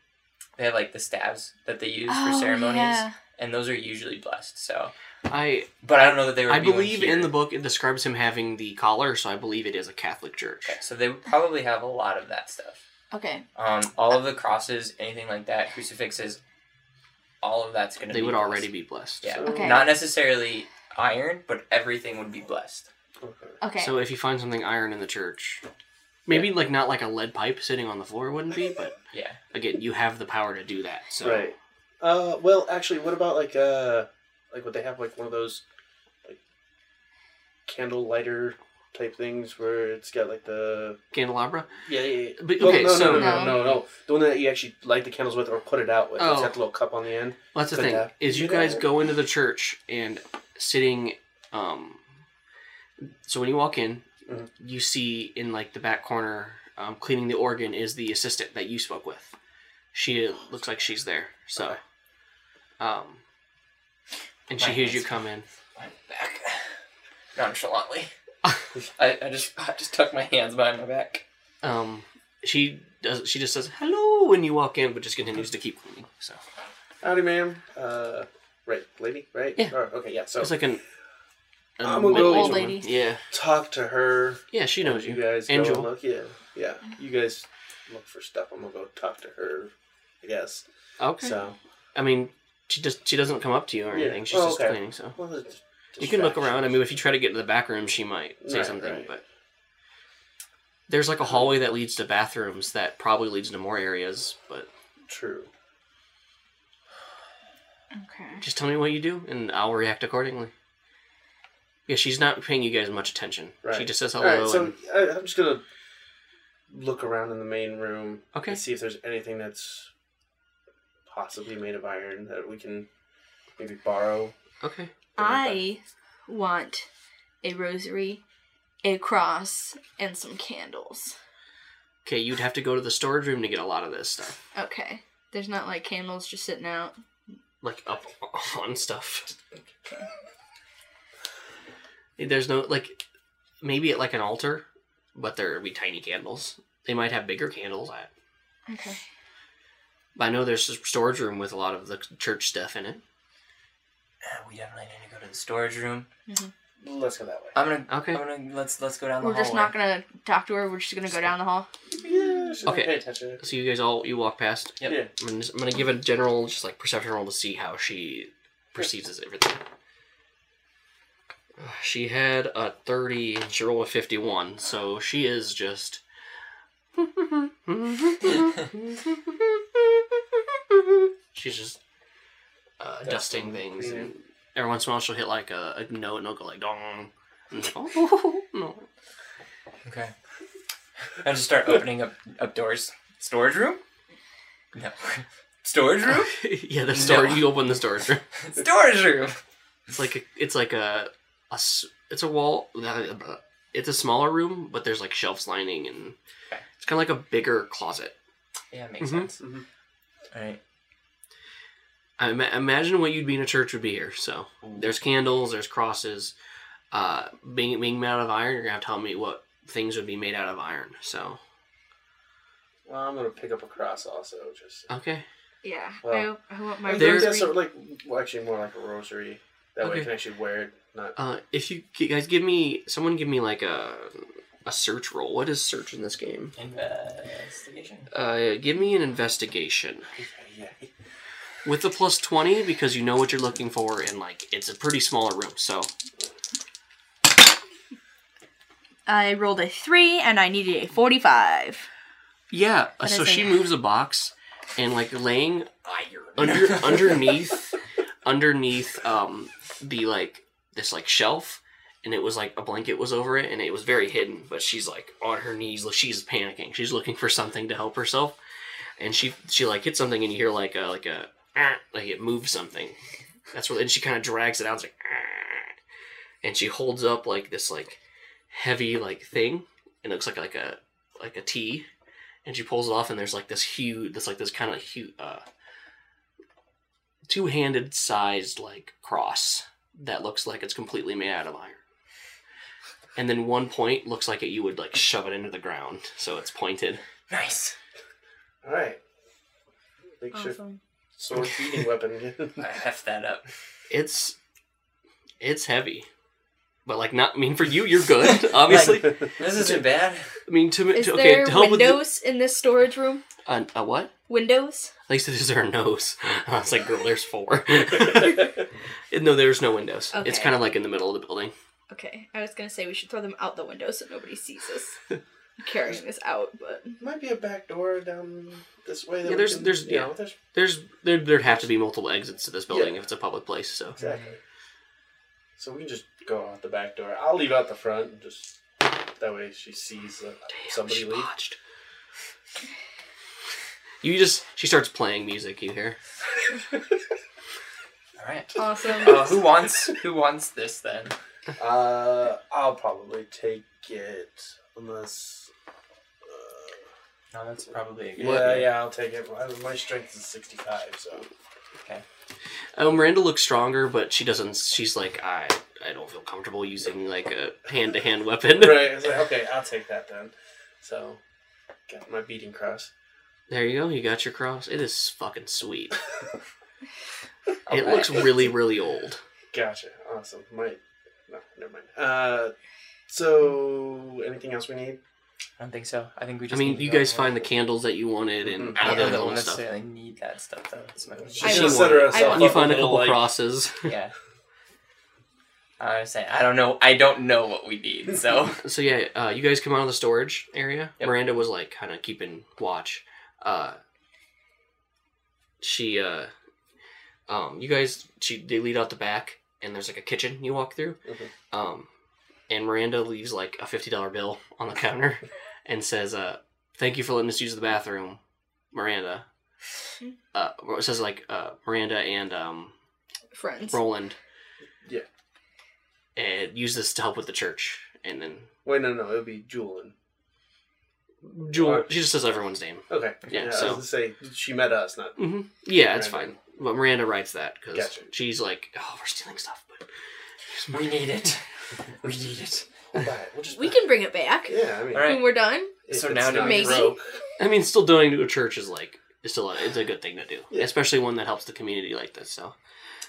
they have like the stabs that they use for ceremonies, Oh, yeah. and those are usually blessed. So, I but I don't know that they were. I believe in the book it describes him having the collar, so I believe it is a Catholic church. So they would probably have a lot of that stuff. Okay. Um, all of the crosses, anything like that, crucifixes, all of that's gonna. They be would already blessed. be blessed. Yeah, Okay. not necessarily iron, but everything would be blessed. Okay. Okay. So if you find something iron in the church, maybe like not like a lead pipe sitting on the floor wouldn't be, but Yeah. again, you have the power to do that. So Right. Uh, well, actually, what about like uh, like would they have like one of those, like, candle lighter type things where it's got like the candelabra. yeah yeah. yeah. But Well, okay, no, so no, no, No. no, no, no. The one that you actually light the candles with or put it out with. It's Oh. got the little cup on the end. Well, that's the Could thing have. is you guys go into the church and sitting. Um, so when you walk in, Mhm. you see in like the back corner, um, cleaning the organ is the assistant that you spoke with. She looks like she's there. So, Okay. um, and she My hears you hands. come in. I'm back nonchalantly. I, I just I just tuck my hands behind my back. Um, she does. She just says hello when you walk in, but just Mm-hmm. continues to keep cleaning. So Howdy, ma'am. Uh, right, lady, right? Yeah. Or- okay, yeah. So it's like an. an Oh. I'm gonna go- middle-aged Old woman. lady. Yeah, talk to her. yeah, she knows You you. guys go Angel. and look. Yeah, yeah. You guys look for stuff. I'm gonna go talk to her. I guess. Okay. So I mean, she just she doesn't come up to you or Yeah. anything. She's Oh, just okay. cleaning. So well, it's you can look distraction. around. I mean, if you try to get to the back room, she might say Right, something. right. But there's like a hallway that leads to bathrooms that probably leads to more areas. But True. okay. just tell me what you do, and I'll react accordingly. Yeah, she's not paying you guys much attention. She Right. just says All hello. right. So and, I, I'm just gonna look around in the main room. Okay. And see if there's anything that's possibly made of iron that we can maybe borrow. okay. I want a rosary, a cross, and some candles. Okay, you'd have to go to the storage room to get a lot of this stuff, Okay. There's not like candles just sitting out. like up on stuff. There's no like, maybe at like an altar, but there would be tiny candles. They might have bigger candles. I, Okay. I know there's a storage room with a lot of the church stuff in it. Uh, We definitely need to go to the storage room. Let's go that way. Uh, I'm gonna Okay. I'm gonna let's let's go down the We're hallway. just not gonna talk to her. We're just gonna go down the hall. yeah. Should Okay. Pay attention. So you guys all you walk past. Yep. Yeah. I'm gonna, just- I'm gonna give a general just like perception roll to see how she perceives as everything. Uh, She had a 30 and she rolled a 51, so she is just She's just uh, dusting Dusting, things, yeah. and every once in a while she'll hit like a, a note, and it'll go like dong. And it's like, oh, no. Okay. I just start opening up, up doors. Storage room? No. Storage room? yeah, the store. No. You open the storage room. Storage room! It's like a, it's like a, a s- it's a wall. It's a smaller room, but there's like shelves lining, and Okay. it's kind of like a bigger closet. Yeah, Mhm. makes sense. Mhm. Alright. I ima- imagine what you'd be in a church would be here. So there's candles, there's crosses. Uh, being being made out of iron, you're gonna have to tell me what things would be made out of iron. So Well, I'm gonna pick up a cross also. Just okay, Yeah. Well, I, I want I my think There- that's sort rosary. of like well, actually more like a rosary. That way Okay. you can actually wear it. Not uh, if you g- guys give me someone give me like a a search roll. What is search in this game? Investigation. Uh, give me an investigation yeah. with the plus twenty because you know what you're looking for and like it's a pretty small room. So I rolled a three and I needed a forty-five. yeah, uh, What so is it? she moves a box and like laying under underneath underneath um the like this like shelf and it was like a blanket was over it and it was very hidden but she's like on her knees like, she's panicking she's looking for something to help herself and she she like hits something and you hear like a like a "Ah," like it moves something that's what and she kind of drags it out it's like "Ah." and she holds up like this like heavy like thing and it looks like like a like a T and she pulls it off and there's like this huge this like this kind of huge uh two-handed sized like cross that looks like it's completely made out of iron and then one point looks like it you would like shove it into the ground so it's pointed Nice. All right. Make Oh, sure sword feeding weapon. I heft that up. it's it's heavy but like not I mean for you you're good obviously This isn't bad. i mean to, Is to okay there to help with windows in this storage room? the, uh, uh, what Windows? at least there's her nose i was like girl there's four no there's no windows it's Okay. kind of like in the middle of the building Okay, I was gonna say we should throw them out the window so nobody sees us carrying this out, but Might be a back door down this way. Yeah, That we there's- can- there's- you yeah. know, there's There's there there'd have to be multiple exits to this building if it's a public place. So exactly. So we can just go out the back door. I'll leave out the front and just that way she sees uh, somebody She leave. botched. You just she starts playing music. You hear? Alright. awesome. Uh, who wants who wants this then? Uh, I'll probably take it unless. uh, No, that's probably a good Yeah, idea. yeah, I'll take it. My- My strength is 65, so. Oh, Miranda looks stronger, but she doesn't. She's like I I don't feel comfortable using like a hand to hand weapon. Right, it's like, okay, I'll take that then. So, got my beating cross. There you go. You got your cross. It is fucking sweet. It Okay. looks really really old. Gotcha, awesome. My, no, never mind. Uh, so, anything else we need? I don't think so. I think we I just need mean, to you go Mm-hmm. guys on. find the candles that you wanted and Mhm. I all that don't know that little we'll stuff. necessarily need that stuff though. It's my She's I gonna will. set I herself will. up You a find a little, couple like, crosses. Yeah. I was saying I don't know. I don't know what we need. So So yeah, uh, you guys come out of the storage area. Yep. Miranda was like kind of keeping watch. Uh, she, uh, um, you guys, she they lead out the back, and there's like a kitchen you walk through. Mhm. Um, and Miranda leaves like a fifty dollar bill on the counter, and says, "Uh, thank you for letting us use the bathroom, Miranda." Uh, or it says like uh, Miranda and um, Friends. Roland. Yeah. And use this to help with the church, and then Wait, no, no, it would be Julin. Jewel. Or- She just says everyone's name. Okay, Yeah, I so- was gonna say, she met us, not. hmm Yeah, it's Miranda. fine. But Miranda writes that because Gotcha. she's like, "Oh, we're stealing stuff." But we need it. We need it. We'll buy it. We'll just We buy it. can bring it back Yeah, I mean, All right. when we're done. if So it's now do not we- broke. I mean, still donating to a church is like it's still a, it's a good thing to do, Yeah. especially one that helps the community like this. So,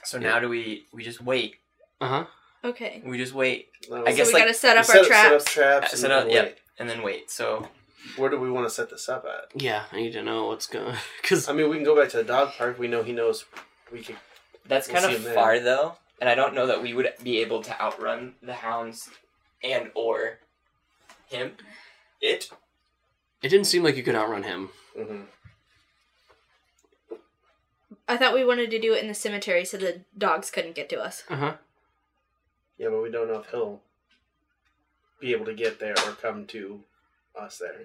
So now do we? We just wait. uh huh. Okay. We just wait. No, I So guess, we like, gotta set we up our set traps. Uh, traps. and set up. then Yep. And then wait. So wait. Where do we want to set this up at? Yeah, I need to know what's going because I mean, we can go back to the dog park. We know he knows we can. that's We'll kind see of him there. far though, and I don't know that we would be able to outrun the hounds, and or him. It. it didn't seem like you could outrun him. hmm I thought we wanted to do it in the cemetery so the dogs couldn't get to us. Uh Uh-huh. huh. Yeah, but we don't know if he'll be able to get there or come to us there.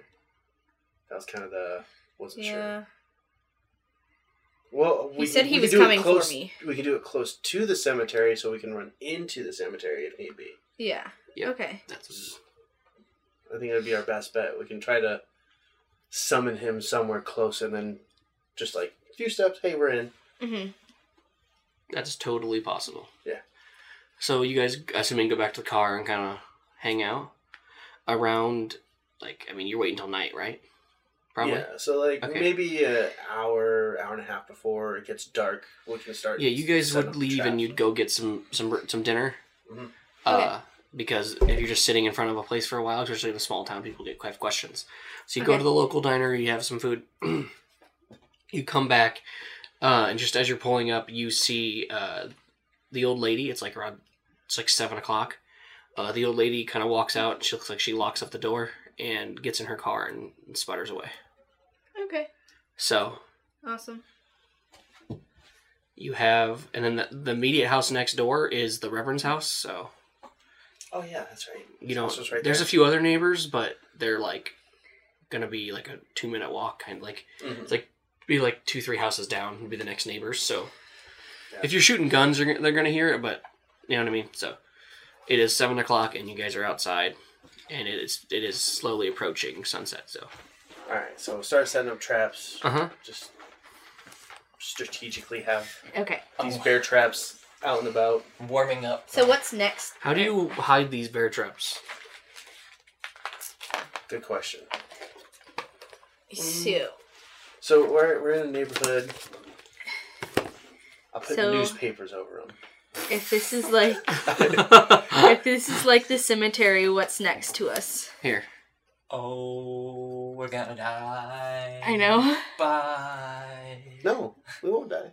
That was kind of the wasn't sure. Yeah. Well, He we, said he we could was do it coming for close- me. We could do it close to the cemetery, so we can run into the cemetery if need be. Yeah. Yeah. Okay. That's I think that'd be our best bet. We can try to summon him somewhere close, and then just like a few steps. Hey, we're in. hmm that's totally possible. Yeah. So you guys, assuming, go back to the car and kind of hang out around. Like, I mean, you're waiting till night, right? Probably. Yeah. So like Okay. maybe an hour, hour and a half before it gets dark, we can start. Yeah, you guys setting would up leave trap. and you'd go get some some some dinner. Mhm. Uh, because if you're just sitting in front of a place for a while, especially in a small town, people get have questions. So you go Okay. to the local diner, you have some food, you come back, uh, and just as you're pulling up, you see uh, the old lady. It's like around it's like seven o'clock. Uh, the old lady kind of walks out. She looks like she locks up the door and gets in her car and, and sputters away. Okay. So Awesome. you have, and then the, the immediate house next door is the Reverend's house. So. Oh yeah, that's right. you know, This was right there's there. a few other neighbors, but they're like gonna be like a two minute walk, kind of like Mhm. it's like be like two three houses down would be the next neighbors. So Yeah. if you're shooting guns, you're, gonna- they're gonna hear it, but you know what I mean. So it is seven o'clock, and you guys are outside, and it is it is slowly approaching sunset. So All right, so start setting up traps. Uh-huh. uh huh, Just strategically have Okay. Oh. these bear traps out and about. I'm warming up. So what's next? how do you hide these bear traps? Good question. So So we're we're in a neighborhood. I put So- newspapers over them. Mm. if this is like if this is like the cemetery, what's next to us? Here, Oh, we're gonna die. I know. Bye. No, we won't die.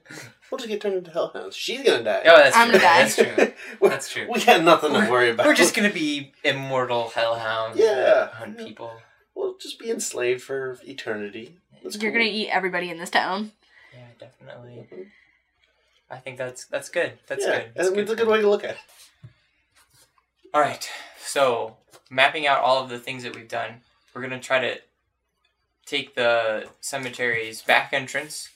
We'll just get turned into hellhounds. She's gonna die. Oh, that's I'm true. gonna die. That's true. We're- That's true. We got nothing to worry about. We're just gonna be immortal hellhounds. Yeah. that Hunt people. we'll just be enslaved for eternity. That's You're cool. gonna eat everybody in this town. Yeah, definitely. Mhm. I think that's that's good. That's yeah, good. That's and it's a good way to look at it. All right. So mapping out all of the things that we've done, we're gonna try to take the cemetery's back entrance,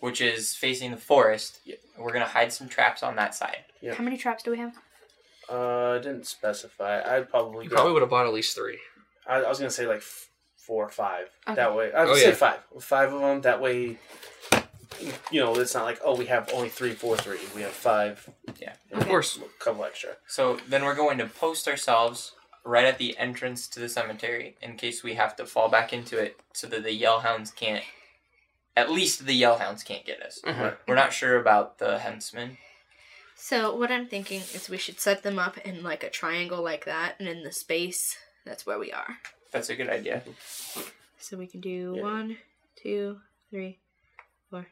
which is facing the forest. Yeah. We're gonna hide some traps on that side. Yeah. How many traps do we have? Uh, I didn't specify. I'd probably you go. probably would have bought at least three. I, I was gonna say like f- four or five. Okay. That way, I'd Oh, say yeah. five. Five of them. That way, you know, it's not like oh, we have only three, four, three. We have five. Yeah. And Of course. a couple extra. So then we're going to post ourselves right at the entrance to the cemetery in case we have to fall back into it, so that the yellhounds can't. At least the yellhounds can't get us. Mm-hmm. Mhm. We're not sure about the huntsman. So what I'm thinking is we should set them up in like a triangle like that, and in the space that's where we are. That's a good idea. So we can do Yeah. one, two, three, four,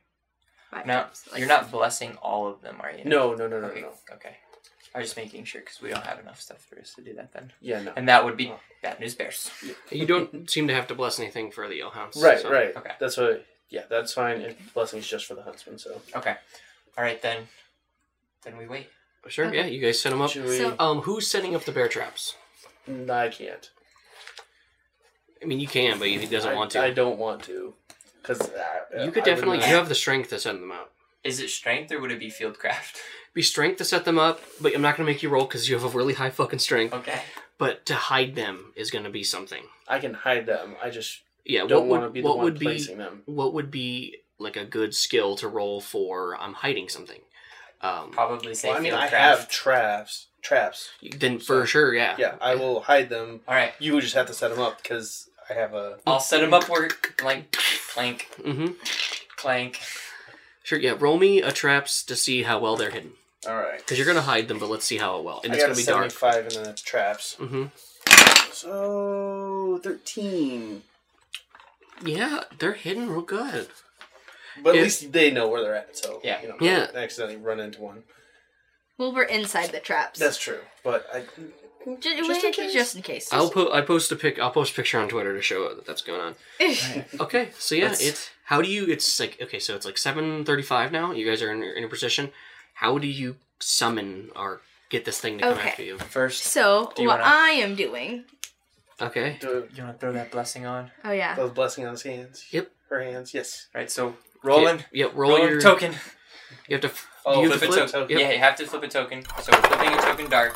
five. Now traps, like you're not blessing all of them, are you? No, no, no, no, Okay. no. Okay. I was just making sure because we don't have enough stuff for us to do that then. Yeah, no. And that would be bad news bears. You don't seem to have to bless anything for the Yellhounds. Right, so- right. okay. That's what. Yeah, that's fine. And blessings just for the huntsman. So Okay. All right then. Then we wait. Sure, Okay. yeah, you guys set them up. should we? So- Um, who's setting up the bear traps? No, I can't. I mean, you can, but he doesn't I, want to. I don't want to. uh, Because you could definitely. You have the strength to set them up. Is it strength or would it be field craft? Be strength to set them up, but I'm not gonna make you roll because you have a really high fucking strength. Okay. But to hide them is gonna be something. I can hide them. I just Yeah. don't what want to would be the what one would be placing them. what would be like a good skill to roll for? I'm hiding something. Um, Probably say Well, I mean, field I craft. have traps. Traps. then for sure, yeah. Yeah, I will hide them. All right. You would just have to set them up because I have a. I'll set them up where clank, clank, Mm-hmm. clank. Sure. Yeah. Roll me a traps to see how well they're hidden All right. because you're gonna hide them, but let's see how well. And I it's got gonna a be dark. seventy-five in the traps. Mm-hmm. So thirteen. Yeah, they're hidden real good. But at If- least they know where they're at, so Yeah. you know, Yeah. I accidentally run into one. Well, we're inside the traps. That's true, but I Just, Just in just case. in case. I'll put I post a pic I'll post a picture on Twitter to show that that's going on. Okay, so yeah, Let's- it's how do you? It's like okay, so it's like seven thirty-five now. You guys are in, in a position. How do you summon or get this thing to come Okay. after you? First, so, Do you what wanna- I am doing. Okay, The, you want to throw that blessing on? Oh, yeah. the blessing on his hands. Yep. Her hands. Yes. Right, so rolling. Yeah, yeah, roll Roll your your token. You have to. f- Oh, you have flip to a flip. token. Yep. Yeah, you have to flip a token. So we're flipping a token dark.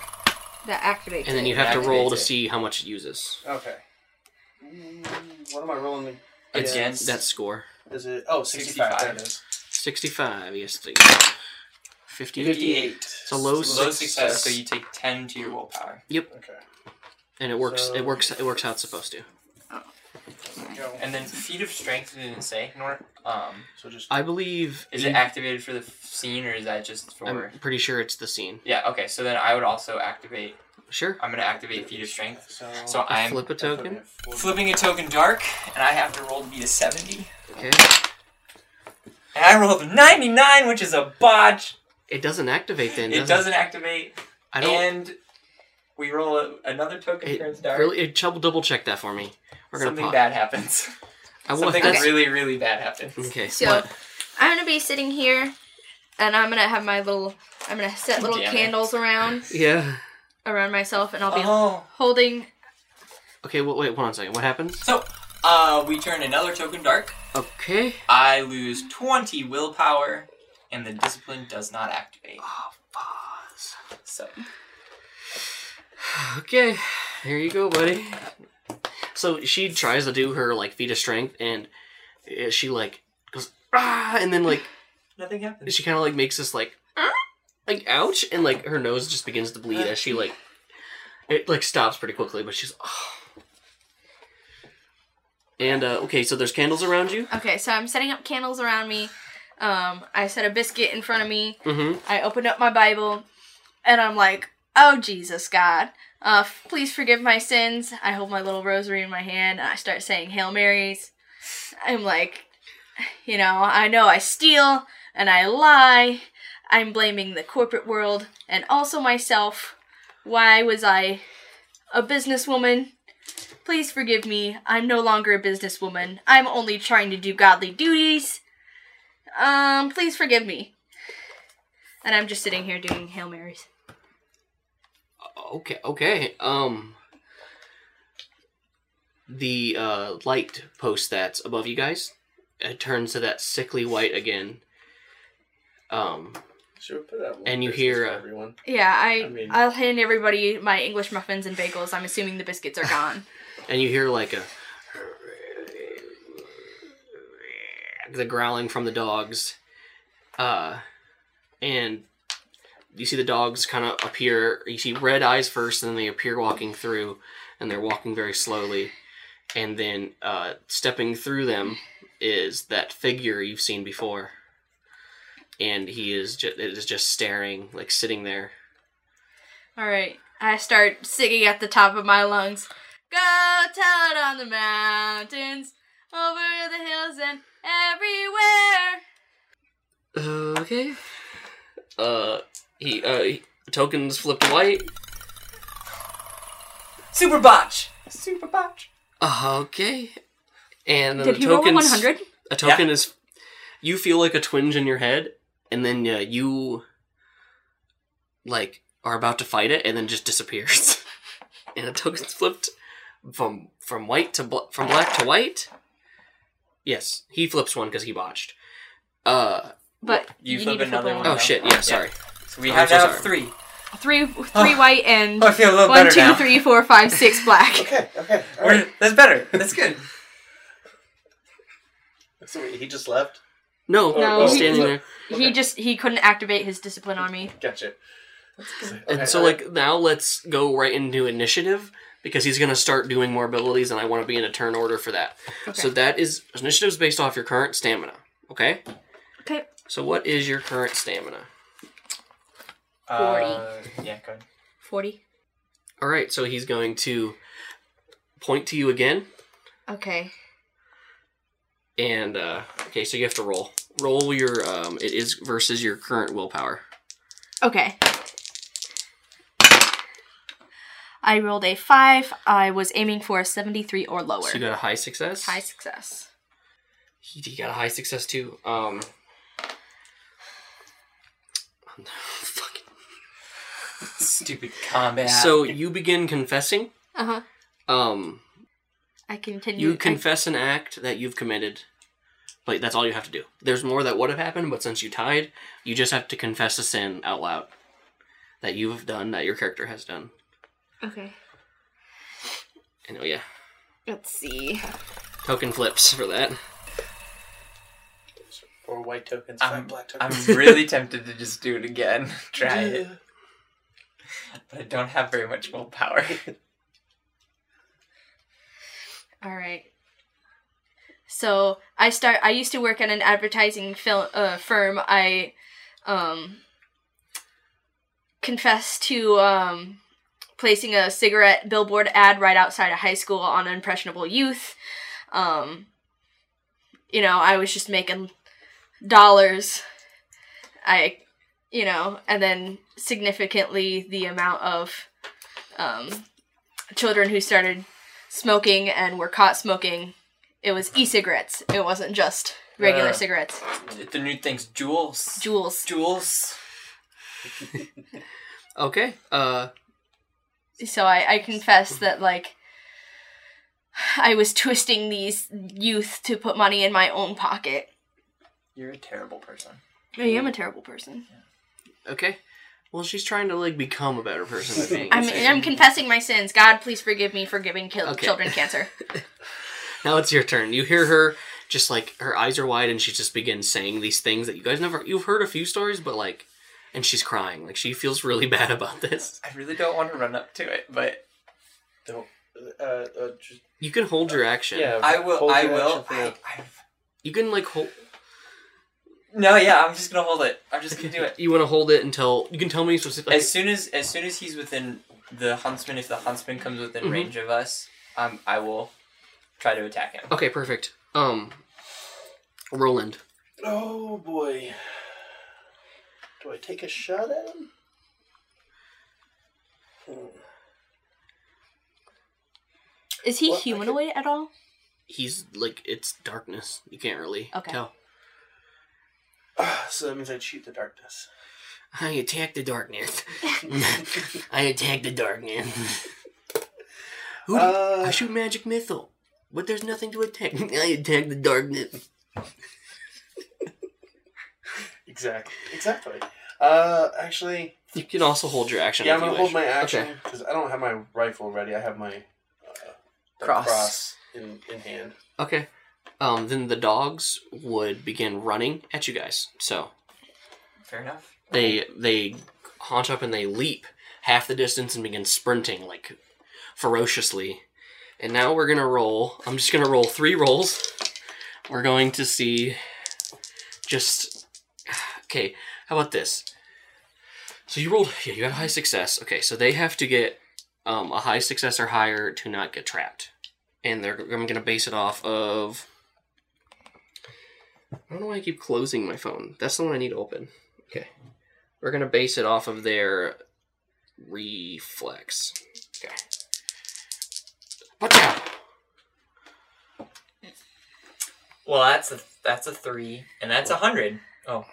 That activates. And then it. you have to roll Activates to it. see how much it uses. Okay. Mm, What am I rolling? It's Against- that score. Is it? Oh, 65. 65. There it is. Sixty-five. Yes, please. Fifty-eight. 58. It's a low, Low success. success, so you take 10 to your willpower. Okay. and it works. So- It works. It works how it's supposed to. Go. And then feat of strength didn't say, nor um, So just. I believe. is it activated for the f- scene or is that just for? I'm pretty sure it's the scene. Yeah. Okay. So then I would also activate. Sure. I'm gonna activate feat of strength. So. So I'm flip a token. flipping a token dark, and I have to roll to beat a 70. Okay. And I rolled a 99, which is a botch. It doesn't activate then. It does it? doesn't activate. I don't. And we roll a, another token It turns dark. really, it double double check that for me. We're gonna Something pause. bad happens. I want Something that's- really, really bad happens. Okay. So but- I'm gonna be sitting here, and I'm gonna have my little. I'm gonna set little Damn it. candles around yeah. around myself, and I'll be Oh. holding. Okay. Well, wait. Hold on a second. What happens? So, uh, we turn another token dark. Okay. I lose 20 willpower, and the discipline does not activate. Oh, So, Okay. Here you go, buddy. So she tries to do her like feet of strength, and uh, she like goes ah, and then like nothing happens. she kind of like makes this like "Ah," like ouch, and like her nose just begins to bleed as she like it like stops pretty quickly, but she's oh. And uh, okay, so there's candles around you. Okay, so I'm setting up candles around me. Um, I set a biscuit in front of me. Mm-hmm. I opened up my Bible, and I'm like, "Oh Jesus God, uh, f- please forgive my sins." I hold my little rosary in my hand, and I start saying Hail Marys. I'm like, you know, I know I steal and I lie. I'm blaming the corporate world and also myself. Why was I a businesswoman? Please forgive me. I'm no longer a businesswoman. I'm only trying to do godly duties. Um, please forgive me. And I'm just sitting here doing Hail Marys. Okay, okay. Um the uh light post that's above you guys it turns to that sickly white again. Um Should we put out one And you business hear, for uh, everyone. Yeah, I, I mean- I'll hand everybody my English muffins and bagels. I'm assuming the biscuits are gone. and you hear like a the growling from the dogs. Uh and you see the dogs kind of appear. You see red eyes first, and then they appear walking through, and they're walking very slowly. And then uh, stepping through them is that figure you've seen before, and he is just it is just staring, like sitting there. All right, I start singing at the top of my lungs. Go tell it on the mountains, over the hills and everywhere. Okay. Uh, he uh he- tokens flipped white. Super botch! Super botch! Uh, okay. And then Did the he roll a tokens, 100? a token is you feel like a twinge in your head and then uh, you like are about to fight it and then just disappears and the token's flipped from from white to bl- from black to white yes he flips one because he botched uh But You you, flip need to flip another another one. oh no. shit yeah sorry So we Oh, have I'm so now sorry. three. Three, three white and Oh, I feel a little one, better two, now. three, four, five, six black. Okay, okay. All We're- right. that's better. That's good. So wait, he just left? no, No, he's he- standing he- there He just he couldn't activate his discipline on me. Gotcha. and so like now let's go right into initiative because he's going to start doing more abilities and i want to be in a turn order for that so that is initiative is based off your current stamina okay Okay. So what is your current stamina? Uh, yeah, good. Forty. All right, so he's going to point to you again, Okay. and uh, okay, so you have to roll. Roll your um, it is versus your current willpower. Okay. I rolled a five. I was aiming for a 73 or lower. So you got a high success. High success. He, he got a high success too. Um. Fucking. Stupid combat. So you begin confessing. Uh huh. Um, I continue. you confess an act that you've committed, but that's all you have to do. There's more that would have happened, but since you tied, you just have to confess a sin out loud that you've done that your character has done. I- okay. And oh yeah, Let's see. token flips for that. Four white tokens, 5 I'm, black I'm tokens. really tempted to just do it again. Try it. But I don't have very much willpower. All right. So I start. I used to work at an advertising fil- uh, firm. I um, confessed to um, placing a cigarette billboard ad right outside of high school on impressionable youth. Um, you know, I was just making dollars. I, you know, and then significantly the amount of um, children who started smoking and were caught smoking, it was e-cigarettes. It wasn't just regular Uh. cigarettes. the new thing's jewels. Juuls. Jewels. Okay. Uh, So I, I confess that like I was twisting these youth to put money in my own pocket. You're a terrible person. I am a terrible person. okay. Well, she's trying to like become a better person. I think. I'm, I'm confessing my sins. God, please forgive me for giving kill- Okay. children cancer. Now it's your turn. You hear her just like her eyes are wide and she just begins saying these things that you guys never you've heard a few stories, but like and she's crying. Like she feels really bad about this. I really don't want to run up to it, but Don't. Uh, uh, just, You can hold your action. yeah, I will. hold I your will. action for I, it. I, You can like hold no, yeah, I'm just gonna hold it. I'm just gonna do it. you wanna hold it until you can tell me specifically As soon as as soon as he's within the huntsman, if the huntsman comes within Mhm. range of us, um, I will try to attack him. Okay, perfect. Um Roland. Oh boy. Do I take a shot at him? Hmm. Is he Well, I humanoid at all? He's like it's darkness. You can't really Okay. tell. Ah, so that means I'd shoot the darkness. I attack the darkness. I attack the darkness. Who do you- Uh, I shoot magic missile, but there's nothing to attack. I attack the darkness. Exactly. Exactly. Uh, actually, You can also hold your action. yeah, if I'm gonna you hold wish. my action Okay. because I don't have my rifle ready. I have my uh, the Cross. in, in hand. Okay. Um, then the dogs would begin running at you guys. So Fair enough. they they haunch up and they leap half the distance and begin sprinting like ferociously. And now we're gonna roll. I'm just gonna roll three rolls. We're going to see just okay. How about this? So you rolled. Yeah, you had a high success. Okay, so they have to get um, a high success or higher to not get trapped, and they're I'm gonna base it off of. I don't know why I keep closing my phone. That's the one I need to open. Okay, we're gonna base it off of their reflex. Okay. Pachow! Well, that's a that's a three, and that's a hundred. Oh,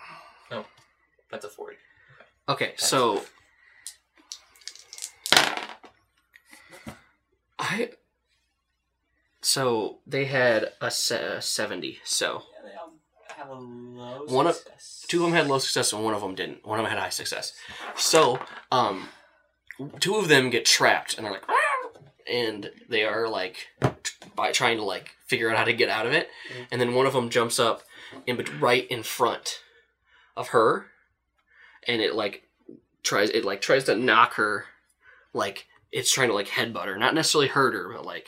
no, that's a forty. Okay, so I so they had a se- 70. So Yeah, they all have a low One of- success. two of them had low success and one of them didn't. One of them had high success. So, um two of them get trapped and they're like "Meow," and they are like t- by trying to like figure out how to get out of it. And then one of them jumps up in bet- right in front of her and it like tries it like tries to knock her like it's trying to like headbutt her, not necessarily hurt her, but like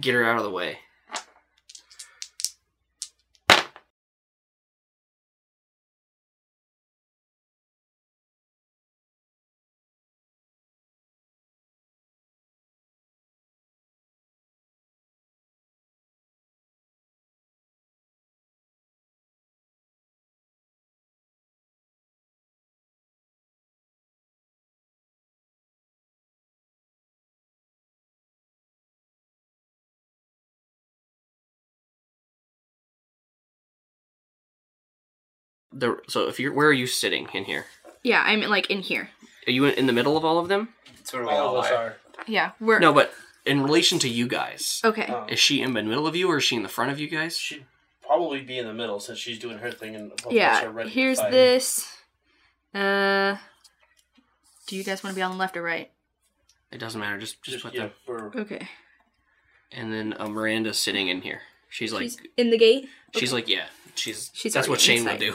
get her out of the way. the so if you're where are you sitting in here? Yeah, I'm like in here. Are you in, in the middle of all of them? That's where we all, All of us are. are. Yeah, we're No, but in relation to you guys, okay. Oh. is she in the middle of you or is she in the front of you guys? She'd probably be in the middle since she's doing her thing and both of us are yeah, ready to here's fight. this. Uh, do you guys want to be on the left or right? It doesn't matter. Just just Just, put yeah, them. we're- Okay, And then uh, Miranda's sitting in here. She's like she's in the gate. she's like yeah. She's, She's that's what already Shane would do.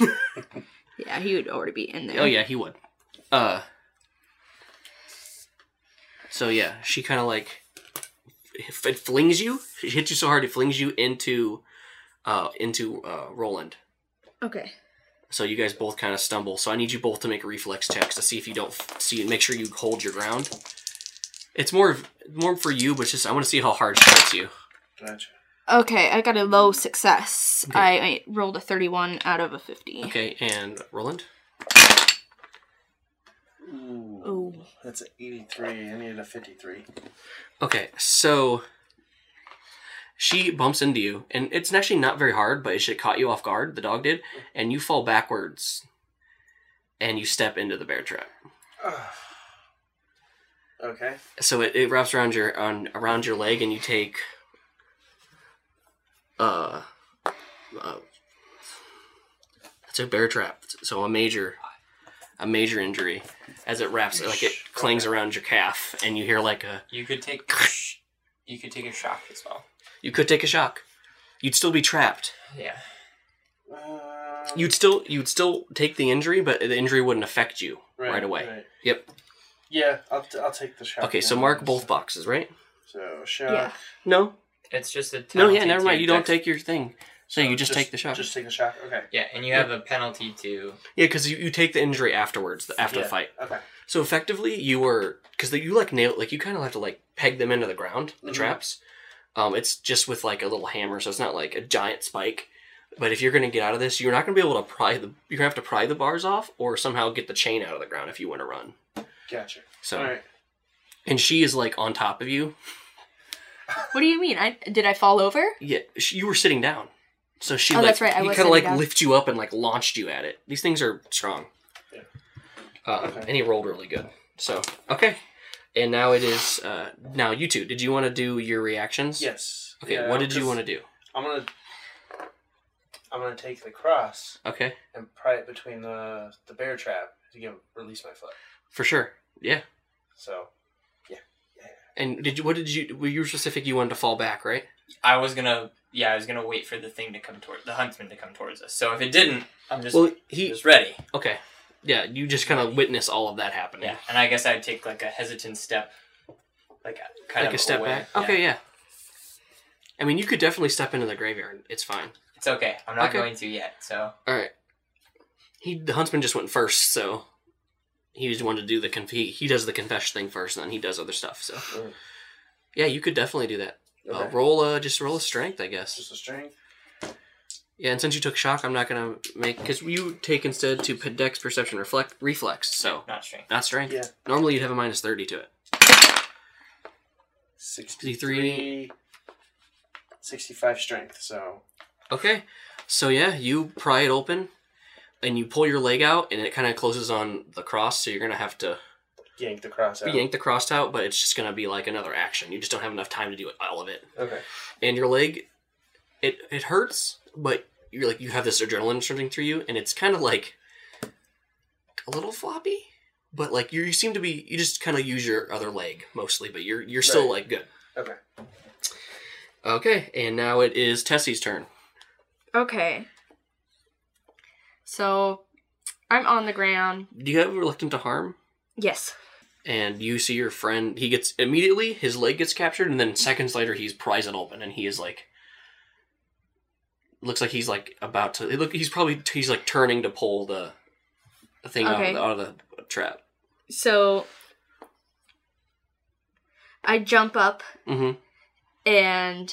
inside. Yeah, he would already be in there. Oh yeah, he would. Uh. So yeah, she kind of like f- it flings you. She hits you so hard it flings you into, uh, into uh, Roland. Okay. So you guys both kind of stumble. So I need you both to make reflex checks to see if you don't f- see. Make sure you hold your ground. It's more of, more for you, but just I want to see how hard she hits you. Gotcha. Okay, I got a low success. Okay. I, I rolled a 31 out of a 50. Okay, and Roland. Ooh, Ooh. That's an 83. I needed a 53. Okay, so she bumps into you, and it's actually not very hard, but it should caught you off guard. The dog did, and you fall backwards, and you step into the bear trap. okay. So it, it wraps around your on around your leg, and you take uh, uh that's a bear trap. So a major a major injury as it wraps like it clings around your calf, and you hear like a You could take you could take a shock as well. you could take a shock. You'd still be trapped. Yeah. Um, You'd still you'd still take the injury, but the injury wouldn't affect you right, away. right. Yep. Yeah, I'll, t- I'll take the shot. Okay, so now. mark both boxes, right? So, Yeah. Uh, shot. No, It's just a no, yeah, penalty never to mind. You don't dex- take your thing, so you just, take the shot. Just take the shot. Okay. Yeah, and you have a penalty to yeah, because you, you take the injury afterwards, the, after yeah. the fight. Okay. So effectively, you were because you like nail like you kind of have to like peg them into the ground, the Mhm. traps. Um, it's just with like a little hammer, so it's not like a giant spike. But if you're gonna get out of this, you're not gonna be able to pry the you're gonna have to pry the bars off or somehow get the chain out of the ground if you want to run. Gotcha. So All right. and she is like on top of you, What do you mean? I Did I fall over? Yeah, sh you were sitting down, so she Oh, like that's right, I he was kind of sitting like down. lifts you up and like launched you at it. These things are strong. Yeah. Uh, Okay. And he rolled really good. So okay, and now it is uh, now you two. Did you want to do your reactions? Yes. Okay. what did you want to to do? I'm going to. I'm gonna take the cross Okay, and pry it between the the bear trap to get release my foot. for sure. Yeah. So And did you? What did you? Were you specific? You wanted to fall back, right? I was gonna yeah, I was gonna wait for the thing to come toward the huntsman to come towards us. So if it didn't, I'm just well, he. just ready. Okay. Yeah, you just kind of witness all of that happening. Yeah. And I guess I'd take like a hesitant step like kind Like of a step away. back. Yeah. Okay, yeah. I mean, you could definitely step into the graveyard. It's fine. It's okay. I'm not Okay. going to yet, so All right. He the huntsman just went first, so he was the one to do the conf- he, he does the confession thing first, and then he does other stuff. So Mm. yeah, you could definitely do that. Uh, okay. roll a just roll a strength, I guess. just a string. Yeah, and since you took shock, I'm not gonna make because you take instead to p- dex perception reflect reflex. So not strength. not strength. Yeah. Normally you'd have a minus thirty to it. 63 65 strength so Okay. So yeah, you pry it open, and you pull your leg out, and it kind of closes on the cross. So you're gonna have to yank the cross out yank the cross out, but it's just gonna be like another action. You just don't have enough time to do it, all of it. okay and your leg it it hurts but you're like you have this adrenaline shooting through you and it's kind of like a little floppy but like you, you seem to be you just kind of use your other leg mostly but you're you're still Right. like good okay okay and now it is tessie's turn Okay. So, I'm on the ground. do you have reluctant to harm Yes. and you see your friend he gets immediately his leg gets captured and then seconds later he's pries it open and he is like looks like he's like about to it look he's probably he's like turning to pull the, the thing out, of Okay. the, out of the trap So, I jump up hmm and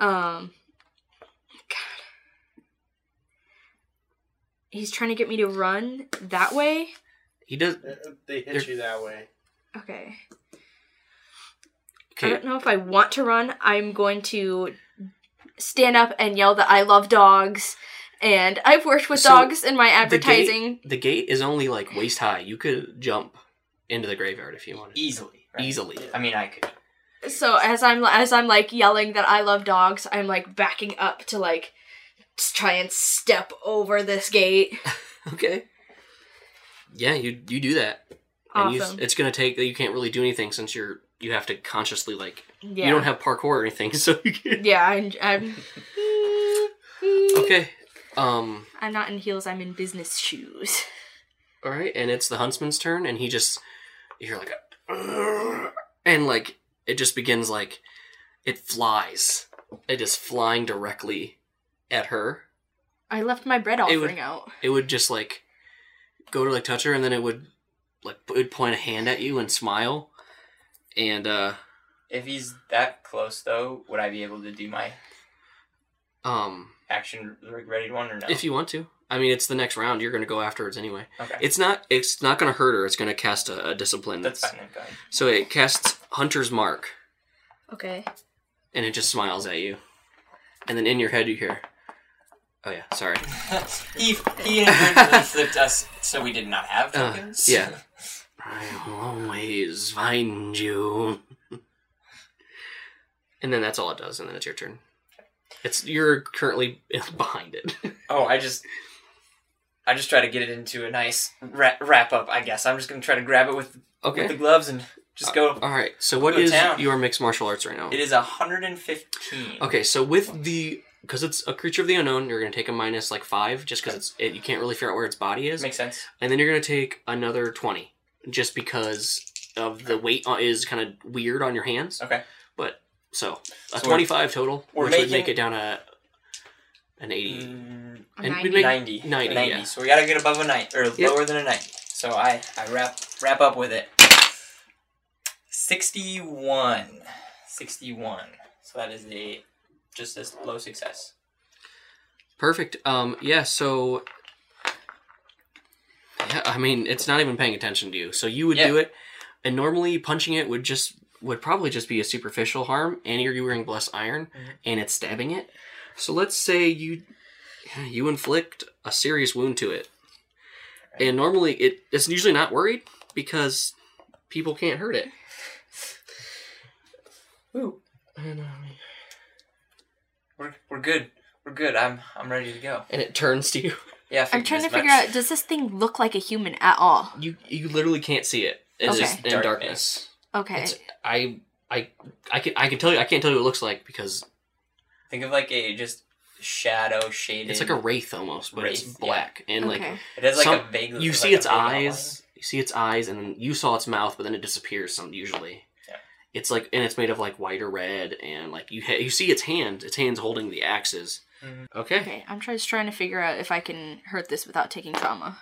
um God. He's trying to get me to run that way. he does Uh, they hit They're- you that way Okay. I okay don't know if I want to run. I'm going to stand up and yell that I love dogs and I've worked with So, dogs in my the gate- advertising. The gate is only like waist high. You could jump into the graveyard if you wanted. easily. E- right? Easily. I mean, I could. So as I'm as I'm like yelling that I love dogs, I'm like backing up to like s- try and step over this gate. Okay. Yeah, you you do that. And Awesome. you, it's gonna take you can't really do anything since you're you have to consciously like Yeah. you don't have parkour or anything, so you can yeah, I'm, I'm Okay. Um I'm not in heels, I'm in business shoes. all right, and it's the huntsman's turn and he just you hear like a and like it just begins like it flies. It is flying directly at her. I left my bread It offering would- out. it would just like go to like touch her and then it would like it would point a hand at you and smile and uh If he's that close, though, would I be able to do my um action re- ready one or no? if you want to i mean it's the next round you're gonna go afterwards anyway okay, it's not it's not gonna hurt her it's gonna cast a, a discipline that's fine. Then go ahead. so it casts hunter's mark Okay. and it just smiles at you and then in your head you hear oh yeah sorry he he inadvertently flipped us, so we did not have Uh, tokens. yeah. i'll always find you and then that's all it does and then it's your turn it's you're currently behind it Oh, I just, I just try to get it into a nice ra- wrap up. I guess I'm just gonna try to grab it with, with the Okay. Uh, gloves and just go. All right. So what Go to is town. your mixed martial arts right now? It is hundred and fifteen. Okay. So with the because it's a creature of the unknown, you're gonna take a minus like five just because it's it, you can't really figure out where its body is, makes sense. and then you're gonna take another twenty just because of the weight on- is kind of weird on your hands. Okay, But so a So we're- twenty-five total, we're which would make making- it down a an eighty. Mm, A And we'd 90. make- ninety. 90, yeah. So we gotta get above a nine or lower than a ninety. So I I wrap wrap up with it. Sixty one. Sixty one. So that is a just as low success. Perfect. Um. Yeah. So. Yeah, I mean, it's not even paying attention to you. So you would Yeah. do it, and normally punching it would just would probably just be a superficial harm, and you're wearing blessed iron, Mm-hmm. and it's stabbing it. So let's say you you inflict a serious wound to it, and normally it it's usually not worried because people can't hurt it. Ooh. And, uh, We're we're good. We're good. I'm I'm ready to go. and it turns to you. Yeah. I I'm figured trying to as figure much. out does this thing look like a human at all? You you literally can't see it. It's Okay. just in Darkness. darkness. Okay. It's, I I I can I can tell you I can't tell you what it looks like because Think of like a just shadow shaded. it's like a wraith almost, but it's Wraith, yeah. black and okay. like It has like some- a vague. you like see a its vague outline. eyes, you see its eyes, and then you saw its mouth, but then it disappears. Some usually. Yeah. It's like and it's made of like white or red, and like you ha- you see its hand, its hands holding the axes. Mhm. Okay. okay. I'm just trying to figure out if I can hurt this without taking trauma.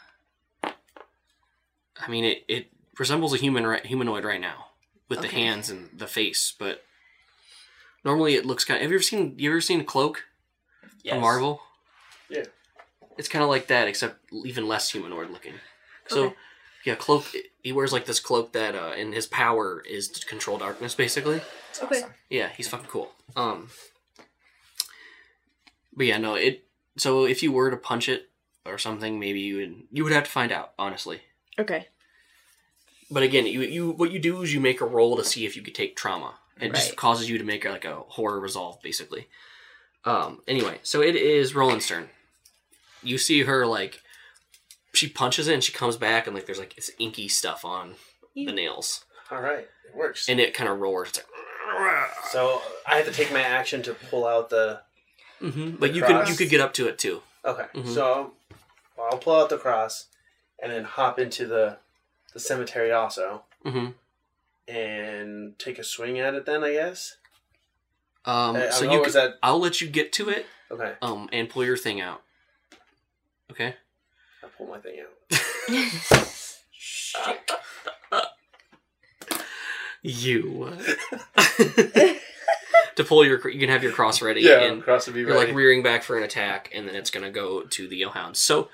I mean it it resembles a human right, humanoid right now with the Okay. hands and the face, but normally it looks kind. Of, have you ever seen you ever seen Cloak Yes. from Marvel? Yeah. It's kind of like that, except even less humanoid looking. So, Okay. yeah, cloak. He wears like this cloak that, uh, and his power is to control darkness, basically. Okay. Yeah, he's fucking cool. Um, but yeah, no, it. So if you were to punch it or something, maybe you would. You would have to find out, honestly. Okay. But again, you you what you do is you make a roll to see if you could take trauma. It just Right. causes you to make like a horror resolve, basically. Um. Anyway, so it is Roland's turn. You see her like she punches it and she comes back and like there's like it's inky stuff on the nails All right, it works. and it kind of roars. It's like, so uh, I have to take my action to pull out the. mhm. But you can you could get up to it too. Okay, Mhm. so well, I'll pull out the cross, and then hop into the the cemetery also, hmm and take a swing at it. Then I guess. Uh, Um. Hey, so I'm you always could- at- I'll let you get to it. Okay, Um. And pull your thing out. Okay. I pull my thing out. You. to pull your, you can have your cross ready. and cross would be you're like rearing back for an attack, and then it's gonna go to the Yellhound. So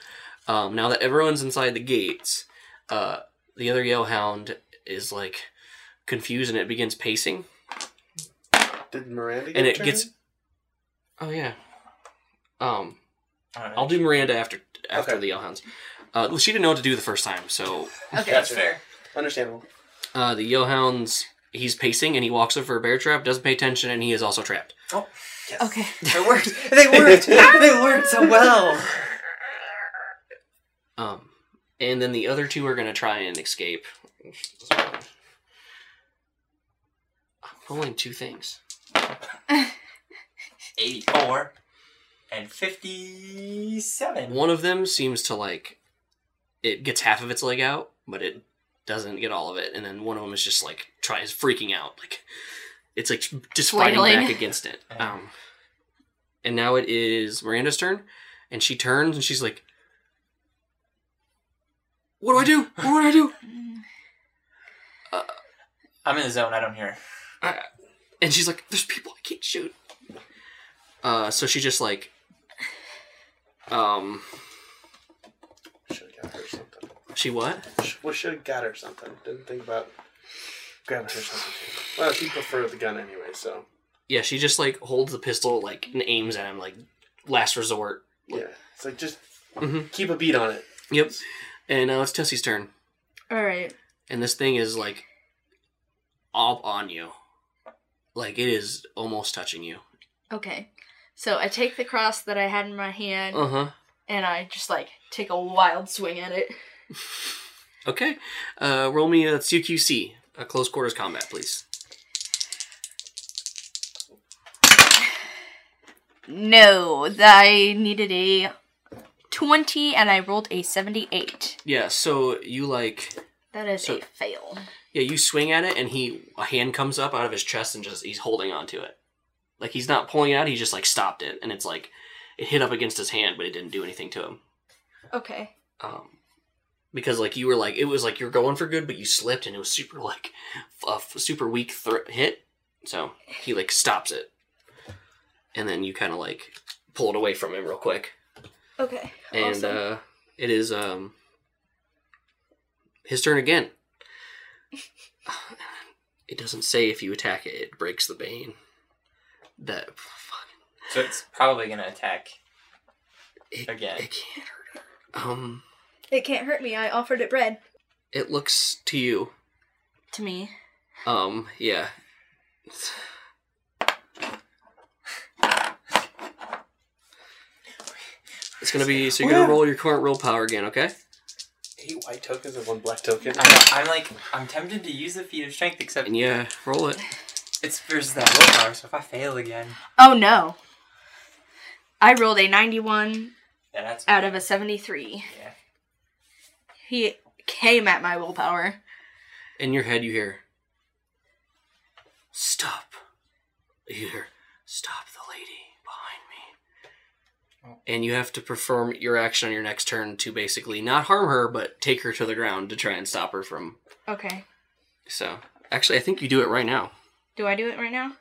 um, now that everyone's inside the gates, uh, the other Yellhound is like confused and it begins pacing, Did Miranda? Get and a it turn? gets. Oh yeah. Um. I don't know. I'll do Miranda after after Okay. the Yellhounds. Uh, she didn't know what to do the first time, so Okay. That's fair. Understandable. uh, the Yellhounds. He's pacing and he walks over a bear trap, doesn't pay attention, and he is also trapped. Okay. It worked. They worked. they worked so well. Um, and then the other two are gonna try and escape. I'm rolling two things. 84 and 57. One of them seems to like it gets half of its leg out, but it doesn't get all of it. And then one of them is just like tries freaking out, like it's like just fighting Flailing. back against it. Um, and now it is Miranda's turn, and she turns and she's like, "What do I do? What do I do?" I'm in the zone. I don't hear. I, and she's like, "There's people I can't shoot." Uh, so she just like, um, Should have got her something. she what? Well, should have got her something. Didn't think about grabbing her something. Well, she preferred the gun anyway, so Yeah, she just like holds the pistol like and aims at him like last resort. yeah. It's like just Mhm. keep a beat on it. Yep. And now it's Tessie's turn, All right. and this thing is like up on you, like it is almost touching you. Okay. So I take the cross that I had in my hand Uh huh. and I just like take a wild swing at it. Okay. Uh, roll me a CQC, a close quarters combat, please. No, I needed a 20 and I rolled a 78. Yeah. So you like That is So- a fail. Yeah, you swing at it, and he a hand comes up out of his chest, and just he's holding onto it. Like he's not pulling it out; he just like stopped it, and it's like it hit up against his hand, but it didn't do anything to him. Okay. Um, because like you were like it was like you're going for good, but you slipped, and it was super like a f- super weak thr hit. So he like stops it, and then you kind of like pull it away from him real quick, Okay. and awesome. uh, it is um his turn again. It doesn't say if you attack it, it breaks the bane. That fuck, So it's probably going to attack. it, Again. it can't hurt. her. Um, it can't hurt me. I offered it bread. it looks to you. To me. Um, yeah. It's gonna be so you're gonna roll your current roll power again, okay? Eight white tokens and one black token. I know, I'm like, I'm tempted to use the feat of strength, except And yeah, roll it. it's versus that willpower, so if I fail again. Oh no. I rolled a 91 Yeah, that's. out of a 73. Yeah. He came at my willpower. In your head, you hear, "Stop!" You hear, "Stop the lady behind me," and you have to perform your action on your next turn to basically not harm her, but take her to the ground to try and stop her from. Okay. So, actually, I think you do it right now. Do I do it right now?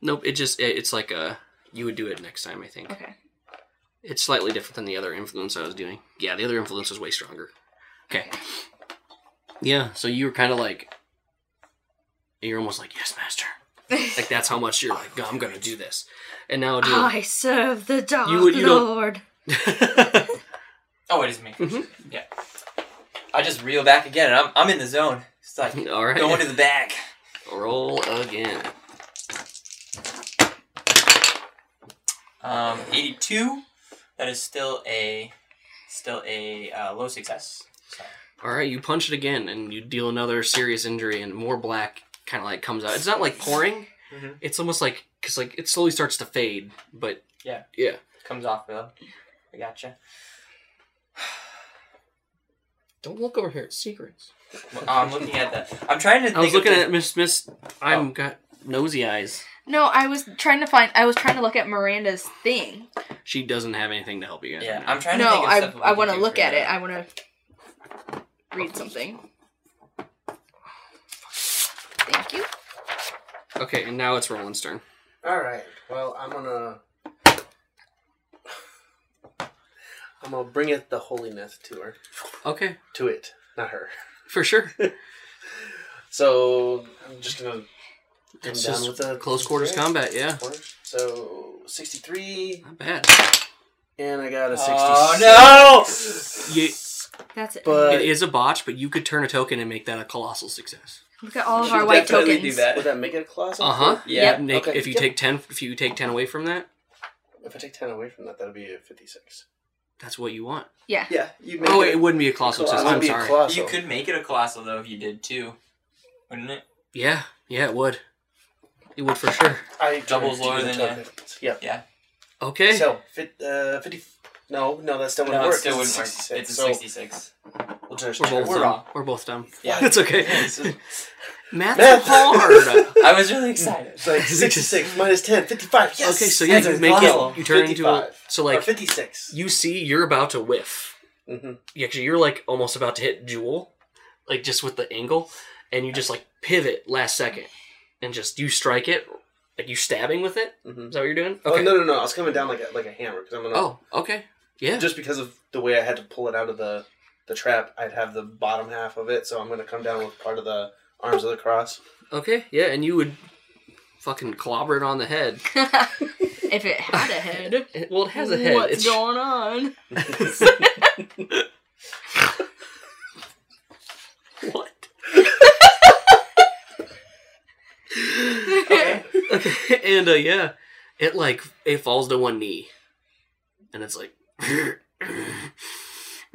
Nope, it just it- it's like a you would do it next time. I think Okay. it's slightly different than the other influence I was doing. Yeah, the other influence was way stronger. Okay. Yeah, so you were kind of like you're almost like yes, master. Like that's how much you're like, I'm gonna do this. And now do I serve the dark You would- you don't- lord. Oh, it is me. Mm-hmm. Yeah. I just reel back again, and I'm, I'm in the zone. It's like, All right. going to the back. roll again. Um, 82. That is still a still a uh, low success. So, All right, you punch it again and you deal another serious injury and more black kind of like comes out. It's not like pouring. Mhm. It's almost like cuz like it slowly starts to fade, but Yeah. Yeah. comes off though. I gotcha. Don't look over here. It's secrets. Well, I'm looking at that. I'm trying to. Think I was of looking the- at Miss Miss I'm got nosy eyes. No, I was trying to find. I was trying to look at Miranda's thing. She doesn't have anything to help you guys. Yeah, right now. I'm trying to. No, think of I stuff that we I can want to do look for at it. that. I want to read something. Thank you. Okay, and now it's Roland's turn. All right. Well, I'm gonna. I'm gonna bring it the holiness to her. Okay, To it, not her. for sure. So I'm just gonna come It's down just with the close quarters Okay. combat, yeah. Quarters. So sixty three, Not bad. and I got a sixty. Oh, You, uh, That's it. But it is a botch, but you could turn a token and make that a colossal success. Look at all of Should our white definitely tokens. do that. would that make it a colossal? Uh huh. Yeah. Yep. Nick, Okay. if you Yep. take ten, if you take ten away from that, If I take ten away from that, that'll be a fifty six. that's what you want. Yeah. Yeah, you Oh, wait, it wouldn't be a colossal success. I'm sorry. You could make it a colossal though if you did too, wouldn't it? yeah, yeah, it would. It would for sure. I Doubles lower than that. Yeah. Yeah, Okay. So fit, uh, fifty. No, no, that still wouldn't no, it work. still wouldn't work. 66. It's a so sixty-six. We'll just we're both We're dumb. wrong. We're both dumb. Yeah. That's okay. It's just- Math's Math. hard. I was really excited. It's like 66 minus 10, 55. Yes! okay, so yeah, That's you a make colossal. it. You turn into a. 55. So Or like, 56. you see, you're about to whiff. Mhm. Actually, you're like almost about to hit Jewel, like just with the angle, and you just like pivot last second, and just you strike it, like you stabbing with it. Mhm. Is that what you're doing? Oh, no, no, no. I was coming down like a, like a hammer. Cause I'm gonna, Oh, okay. Yeah. Just because of the way I had to pull it out of the, the trap, I'd have the bottom half of it, so I'm going to come down with part of the arms of the cross. okay. Yeah, and you would fucking clobber it on the head. if it had a head. It- well, it has a head. What's it's going on? what? Okay. Okay. And uh, yeah, it like it falls to one knee, and it's like,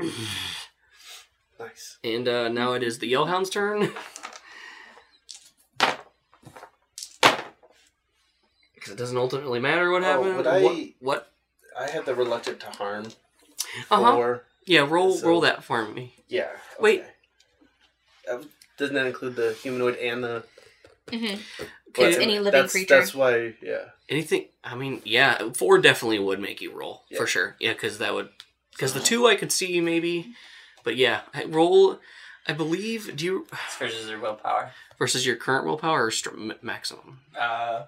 Nice. and uh, now it is the Yellhound's turn. Because it doesn't ultimately matter what Oh, happened. would what? I- what? I had the reluctant to harm. Uh Uh-huh. huh. Or, Yeah. Roll. So- roll that for me. yeah. Wait. okay. Um, Doesn't that include the humanoid and the. Mhm. Okay. But Any living that's, creature. That's why, yeah. Anything? I mean, yeah, four definitely would make you roll Yeah. for sure. Yeah, because that would, because the two I could see maybe, but yeah, I roll. I believe do you It's versus their willpower. versus your current willpower or str- ma- maximum? Uh,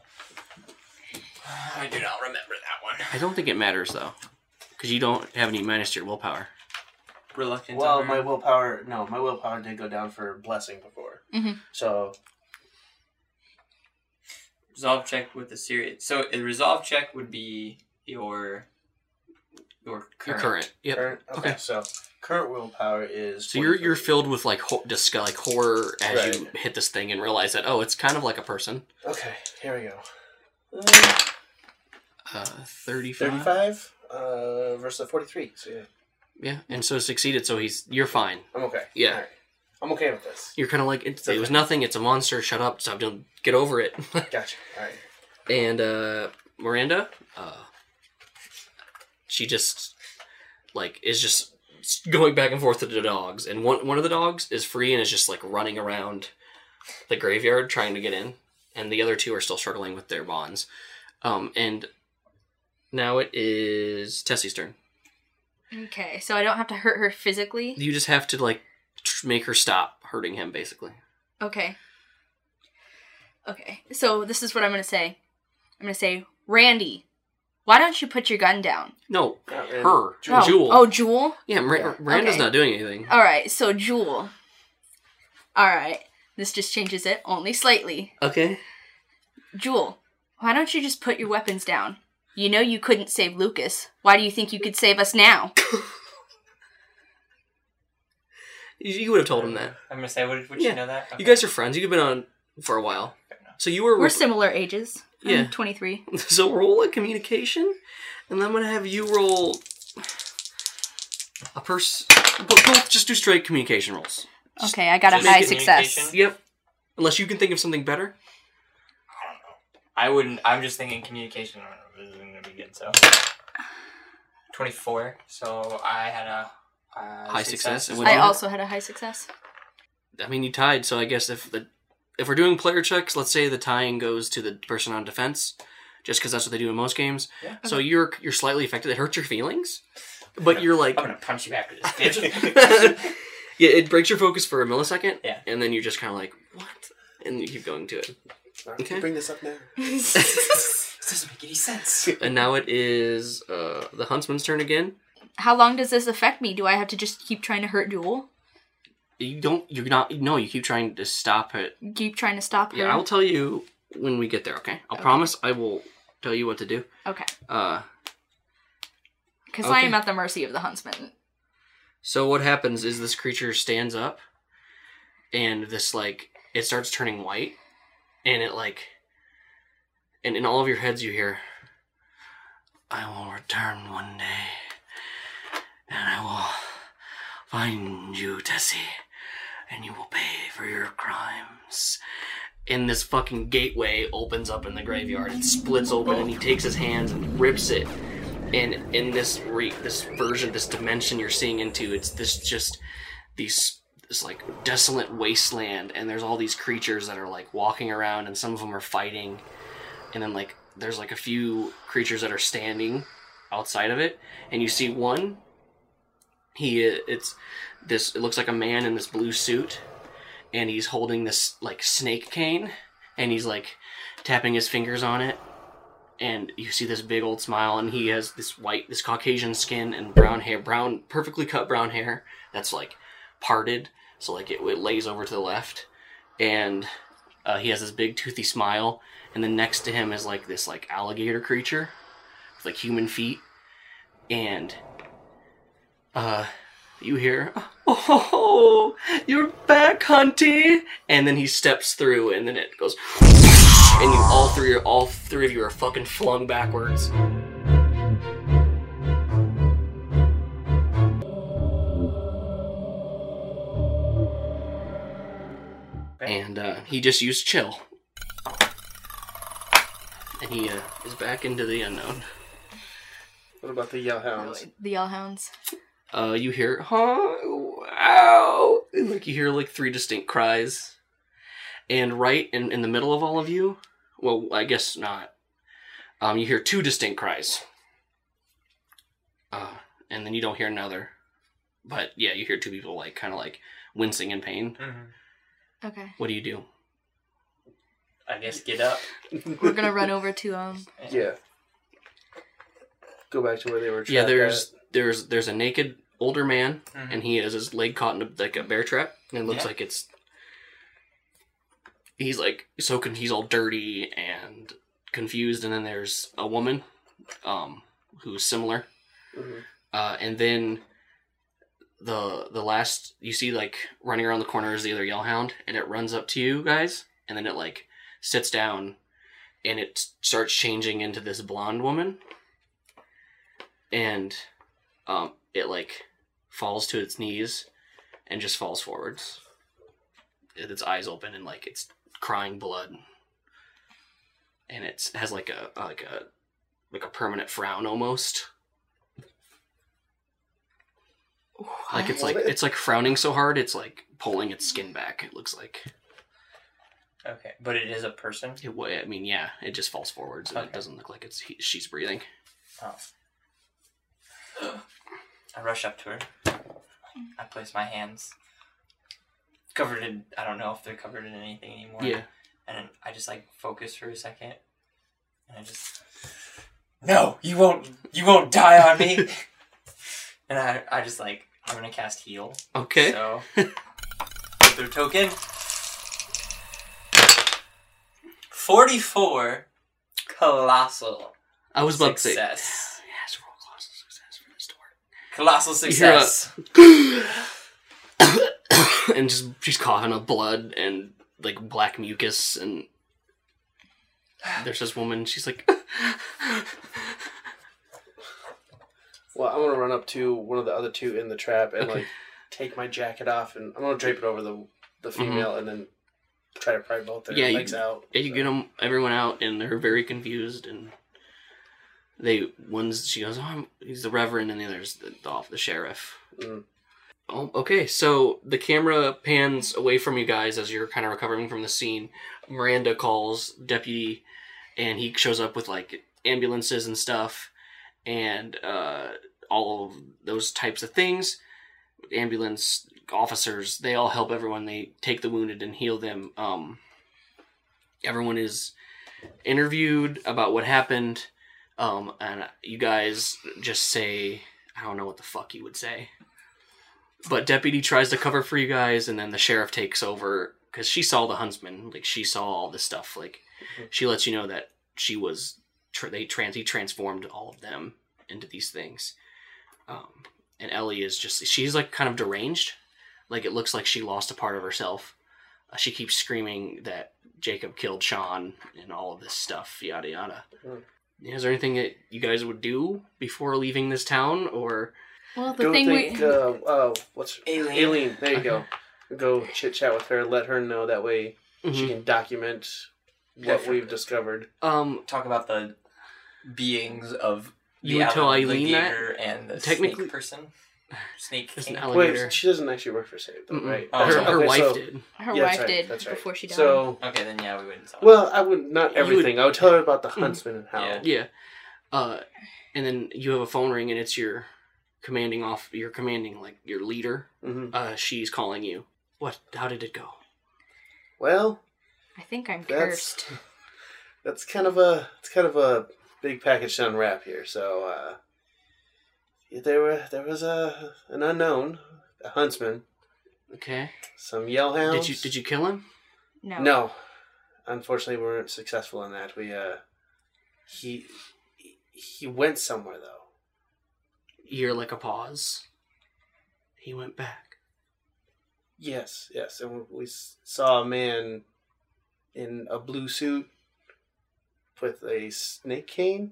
I do not remember that one. I don't think it matters though, because you don't have any minus to your willpower. Reluctant. Well, to my learn. willpower, no, my willpower did go down for blessing before. Mhm. So resolve check with the series. So a resolve check would be your your Your current. current, yep. current, okay, Okay. So current willpower is. So you're you're 43. filled with like ho- disg- like horror as you Right. hit this thing and realize that oh, it's kind of like a person. Okay, here we go. Uh-huh. Uh, thirty-five. Thirty-five uh, versus the forty-three. So yeah, Yeah, and so succeeded. So he's you're fine. I'm okay. Yeah. Alright. I'm okay with this. You're kind of like it's, It's okay. it was nothing. It's a monster. Shut up. Stop doing. Get over it. Gotcha. All right. and uh, Miranda, uh, she just like is just going back and forth to the dogs, and one one of the dogs is free and is just like running around the graveyard trying to get in, and the other two are still struggling with their bonds. Um, and now it is Tessie's turn. Okay, so I don't have to hurt her physically. You just have to like tr- make her stop hurting him, basically. Okay. Okay, so this is what I'm gonna say. I'm gonna say, Randy, why don't you put your gun down? No, Not really. her, Oh, Jewel. Oh, Jewel? Yeah, Mir- Yeah. Miranda's Okay. not doing anything. Alright, so Jewel. Alright, this just changes it only slightly. Okay. Jewel, why don't you just put your weapons down? You know you couldn't save Lucas. Why do you think you could save us now? You, you would have told him that. I'm gonna say, would, would Yeah. you know that? You guys are friends. You've been on for a while. So you were. We're similar ages. I'm Yeah. 23. so roll a communication, and I'm gonna have you roll a pers. But both just do straight communication rolls. Okay, I got a Just high communication. success. Yep. Unless you can think of something better. I wouldn't. I'm just thinking communication isn't gonna be good. So, twenty-four. So I had a uh, High success, it would I you? also had a high success. I mean, you tied, so I guess if the if we're doing player checks, let's say the tying goes to the person on defense, just because that's what they do in most games. Yeah. So you're you're slightly affected. It hurts your feelings, but you're like I'm gonna punch you after this, bitch. yeah, it breaks your focus for a millisecond. Yeah. And then you're just kind of like, what? And you keep going to it. All right, Okay. Bring this up now. this doesn't make any sense. And now it is uh, the huntsman's turn again. How long does this affect me? Do I have to just keep trying to hurt Jewel? You don't. You're not. No, you keep trying to stop it. Keep trying to stop her. Yeah, I'll tell you when we get there. Okay, I'll Okay. promise. I will tell you what to do. Okay. Uh, Because I Okay. am at the mercy of the huntsman. so what happens is this creature stands up, and this like it starts turning white, and it like, and in all of your heads you hear, "I will return one day, and I will find you, Tessie, and you will pay for your crimes." and this fucking gateway opens up in the graveyard. It splits open, and he takes his hands and rips it. And in this re- this version, this dimension you're seeing into, it's this just these this like desolate wasteland, and there's all these creatures that are like walking around, and some of them are fighting, and then like there's like a few creatures that are standing outside of it, and you see one. He it's this. It looks like a man in this blue suit, and he's holding this like snake cane and he's like tapping his fingers on it and you see this big old smile and he has this white this caucasian skin and brown hair brown perfectly cut brown hair that's like parted so like it, it lays over to the left and uh, he has this big toothy smile and then next to him is like this like alligator creature with like human feet and uh you hear, oh, you're back, hunty. And then he steps through, and then it goes, and you all three, are all three of you are fucking flung backwards. And uh, he just used chill, and he uh, is back into the unknown. What about the yell hounds? The Yellhounds. Uh, you hear, huh, ow, and, like you hear like three distinct cries, and right in in the middle of all of you, well, I guess not. Um, you hear two distinct cries. Uh, and then you don't hear another, but yeah, you hear two people like kind of like wincing in pain. Mm-hmm. Okay. What do you do? I guess get up. We're gonna run over to um. Yeah. Go back to where they were. yeah, trapped there's there's there's a naked older man, Mhm. and he has his leg caught in a, like a bear trap, and it looks Yeah. like it's. He's like so con- he's all dirty and confused, and then there's a woman, um, who's similar, at. Mhm. uh, and then the the last you see like running around the corner is the other yellhound, and it runs up to you guys, and then it like sits down, and it starts changing into this blonde woman, and um, it like falls to its knees, and just falls forwards, with its eyes open and like it's crying blood, and it has like a like a like a permanent frown almost. Like it's like What? it's like frowning so hard it's like pulling its skin back. It looks like Okay, but it is a person. it. wa- I mean, yeah, it just falls forwards and Okay. it doesn't look like it's he, she's breathing. Oh. I rush up to her. I place my hands covered in. I don't know if they're covered in anything anymore. Yeah, And I just like focus for a second, and I just. No, you won't. You won't die on me. and I, I just like I'm gonna cast heal. okay. So, with Eh. their token. 44 colossal I was about to say success. yes, roll close to success for this door. Colossal hear a- success. and just she's coughing up blood and like black mucus and there's this woman. She's like, Well, I'm gonna run up to one of the other two in the trap and Okay. like take my jacket off, and I'm gonna drape it over the the female, and then try to pry both their Mm-hmm. Yeah, you- legs out. Yeah, you get them everyone out, and they're very confused. And they one's she goes, "Oh, I'm, he's the reverend," and the other's the the, the sheriff. Mm. Oh, okay. So the camera pans away from you guys as you're kind of recovering from the scene. Miranda calls deputy, and he shows up with like ambulances and stuff, and uh, all of those types of things. Ambulance officers, they all help everyone. They take the wounded and heal them. Um, everyone is interviewed about what happened um and you guys just say i don't know what the fuck you would say But deputy tries to cover for you guys, and then the sheriff takes over because she saw the huntsman. Like she saw all this stuff. Like she lets you know that she was tr they trans he transformed all of them into these things. Um, and Ellie is just she's like kind of deranged. Like it looks like she lost a part of herself. Uh, she keeps screaming that Jacob killed Sean and all of this stuff. Yada yada. Hmm. Is there anything that you guys would do before leaving this town, or Well, the go thing think. we uh, oh, what's Alien. Aileen? There you go. Go chit chat with her. Let her know that way she Mhm. can document what Definitely. we've discovered. um, Talk about the beings of You the would tell Eileen that? alligator and the Technically- snake person. Snake. There's an king. alligator. Wait, she doesn't actually work for Save, though, Mm-mm. right? Oh, her, okay. her wife so- did. her Yeah, that's wife right, did that's right. before she died. So, Okay, then yeah, we wouldn't tell. well, I would not You would- Hmm. everything. I would tell her about the huntsman and how. Yeah. Yeah, uh, and then you have a phone ring, and it's your commanding off, your commanding like your leader. Mhm. Uh, she's calling you. What? How did it go? Well, I think I'm That's- cursed. that's kind of a it's kind of a big package to unwrap here. So uh, yeah, there were there was a an unknown, a huntsman, Okay. some yellhounds. Did you did you kill him? No. No, unfortunately, we weren't successful in that. We uh, he he went somewhere though. You're like a pause. He went back. Yes, yes, and we s- saw a man in a blue suit with a snake cane,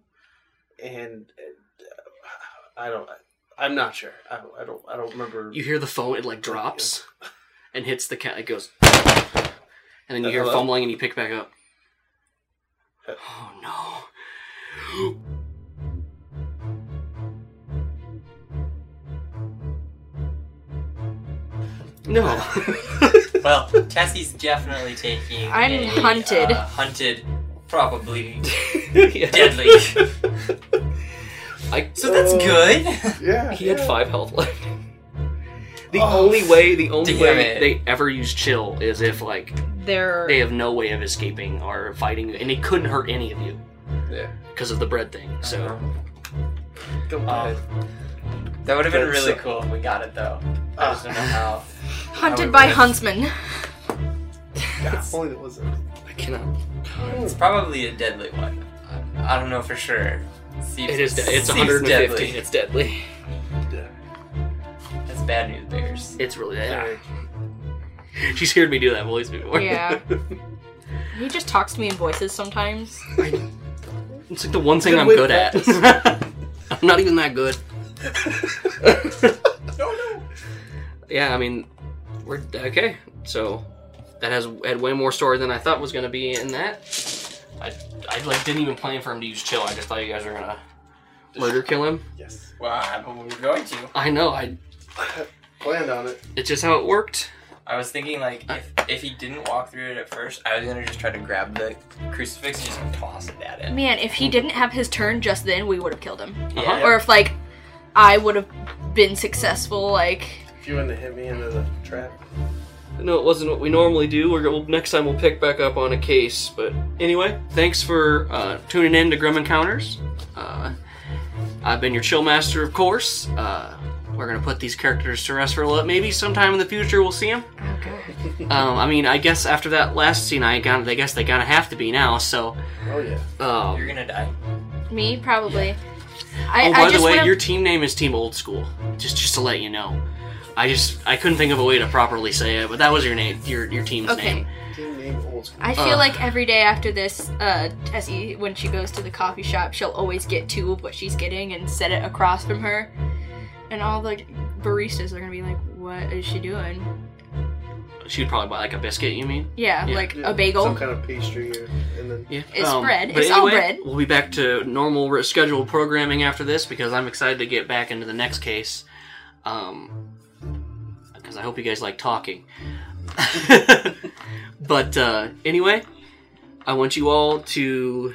and uh, I don't. I'm not sure. I, I don't. I don't remember. You hear the phone. It like drops, and hits the cat. It goes, and then you Uh, hear hello? fumbling, and you pick back up. Uh. Oh no. No. Well, Cassie's definitely taking. I'm a, hunted. uh, hunted, probably Yeah. deadly. I- so that's Oh. good. yeah, He had yeah. five health left. The Oh. only way, the only Damn way it. they ever use chill is if like They're they have no way of escaping or fighting you, and it couldn't hurt any of you Yeah. because of the bread thing. So Go Um, ahead. that would have been That's really so- cool if we got it though. I just don't know Ah. how. hunted we by live. huntsmen. God, if only that was a- I cannot. It's probably a deadly one. I, I don't know for sure. Seems, It is. De- it's seems 150. deadly. It's deadly. yeah. That's bad news bears. It's really deadly. Anyway, She's heard me do that voice before. Yeah. he just talks to me in voices sometimes. It's like the one thing Good I'm way good to at. I'm not even that good. Yeah, I mean, we're okay. So that has had way more story than I thought was gonna be in that. I I like didn't even plan for him to use chill. I just thought you guys were gonna murder kill him. Yes. Well, I, but we were going to. I know. I Planned on it. it's just how it worked. I was thinking like if if he didn't walk through it at first, I was gonna just try to grab the crucifix and just toss it at it. Man, if Hmm. he didn't have his turn just then, we would have killed him. Uh-huh. Or if like I would have been successful, like If you wouldn't have hit me into the trap. No, it wasn't what we normally do. We're well, next time we'll pick back up on a case. But anyway, thanks for uh, tuning in to Grim Encounters. Uh, I've been your chill master, of course. Uh, we're gonna put these characters to rest for a little. Maybe sometime in the future we'll see them. Okay. um, I mean, I guess after that last scene, I got. I guess they gotta have to be now. So, Oh yeah. um, You're gonna die. me probably. I, oh, I by just the way, would have your team name is Team Old School. Just, just to let you know. I just I couldn't think of a way to properly say it, but that was your name, your your team's Okay. name. Team name old school. I feel Uh. like every day after this, uh, Tessie, when she goes to the coffee shop, she'll always get two of what she's getting and set it across from her. And all the baristas are gonna be like, what is she doing? She'd probably buy like a biscuit. You mean? Yeah, Yeah. like Yeah, a bagel. Some kind of pastry here, and then Yeah. It's bread. Um, but It's all bread. We'll be back to normal re- scheduled programming after this because I'm excited to get back into the next case. Um, because I hope you guys like talking. but uh, anyway, I want you all to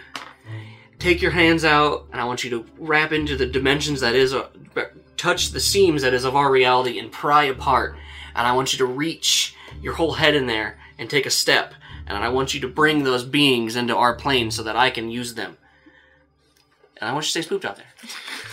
take your hands out and I want you to wrap into the dimensions that is, uh, touch the seams that is of our reality and pry apart. And I want you to reach your whole head in there and take a step. And I want you to bring those beings into our plane so that I can use them. And I want you to stay spooked out there.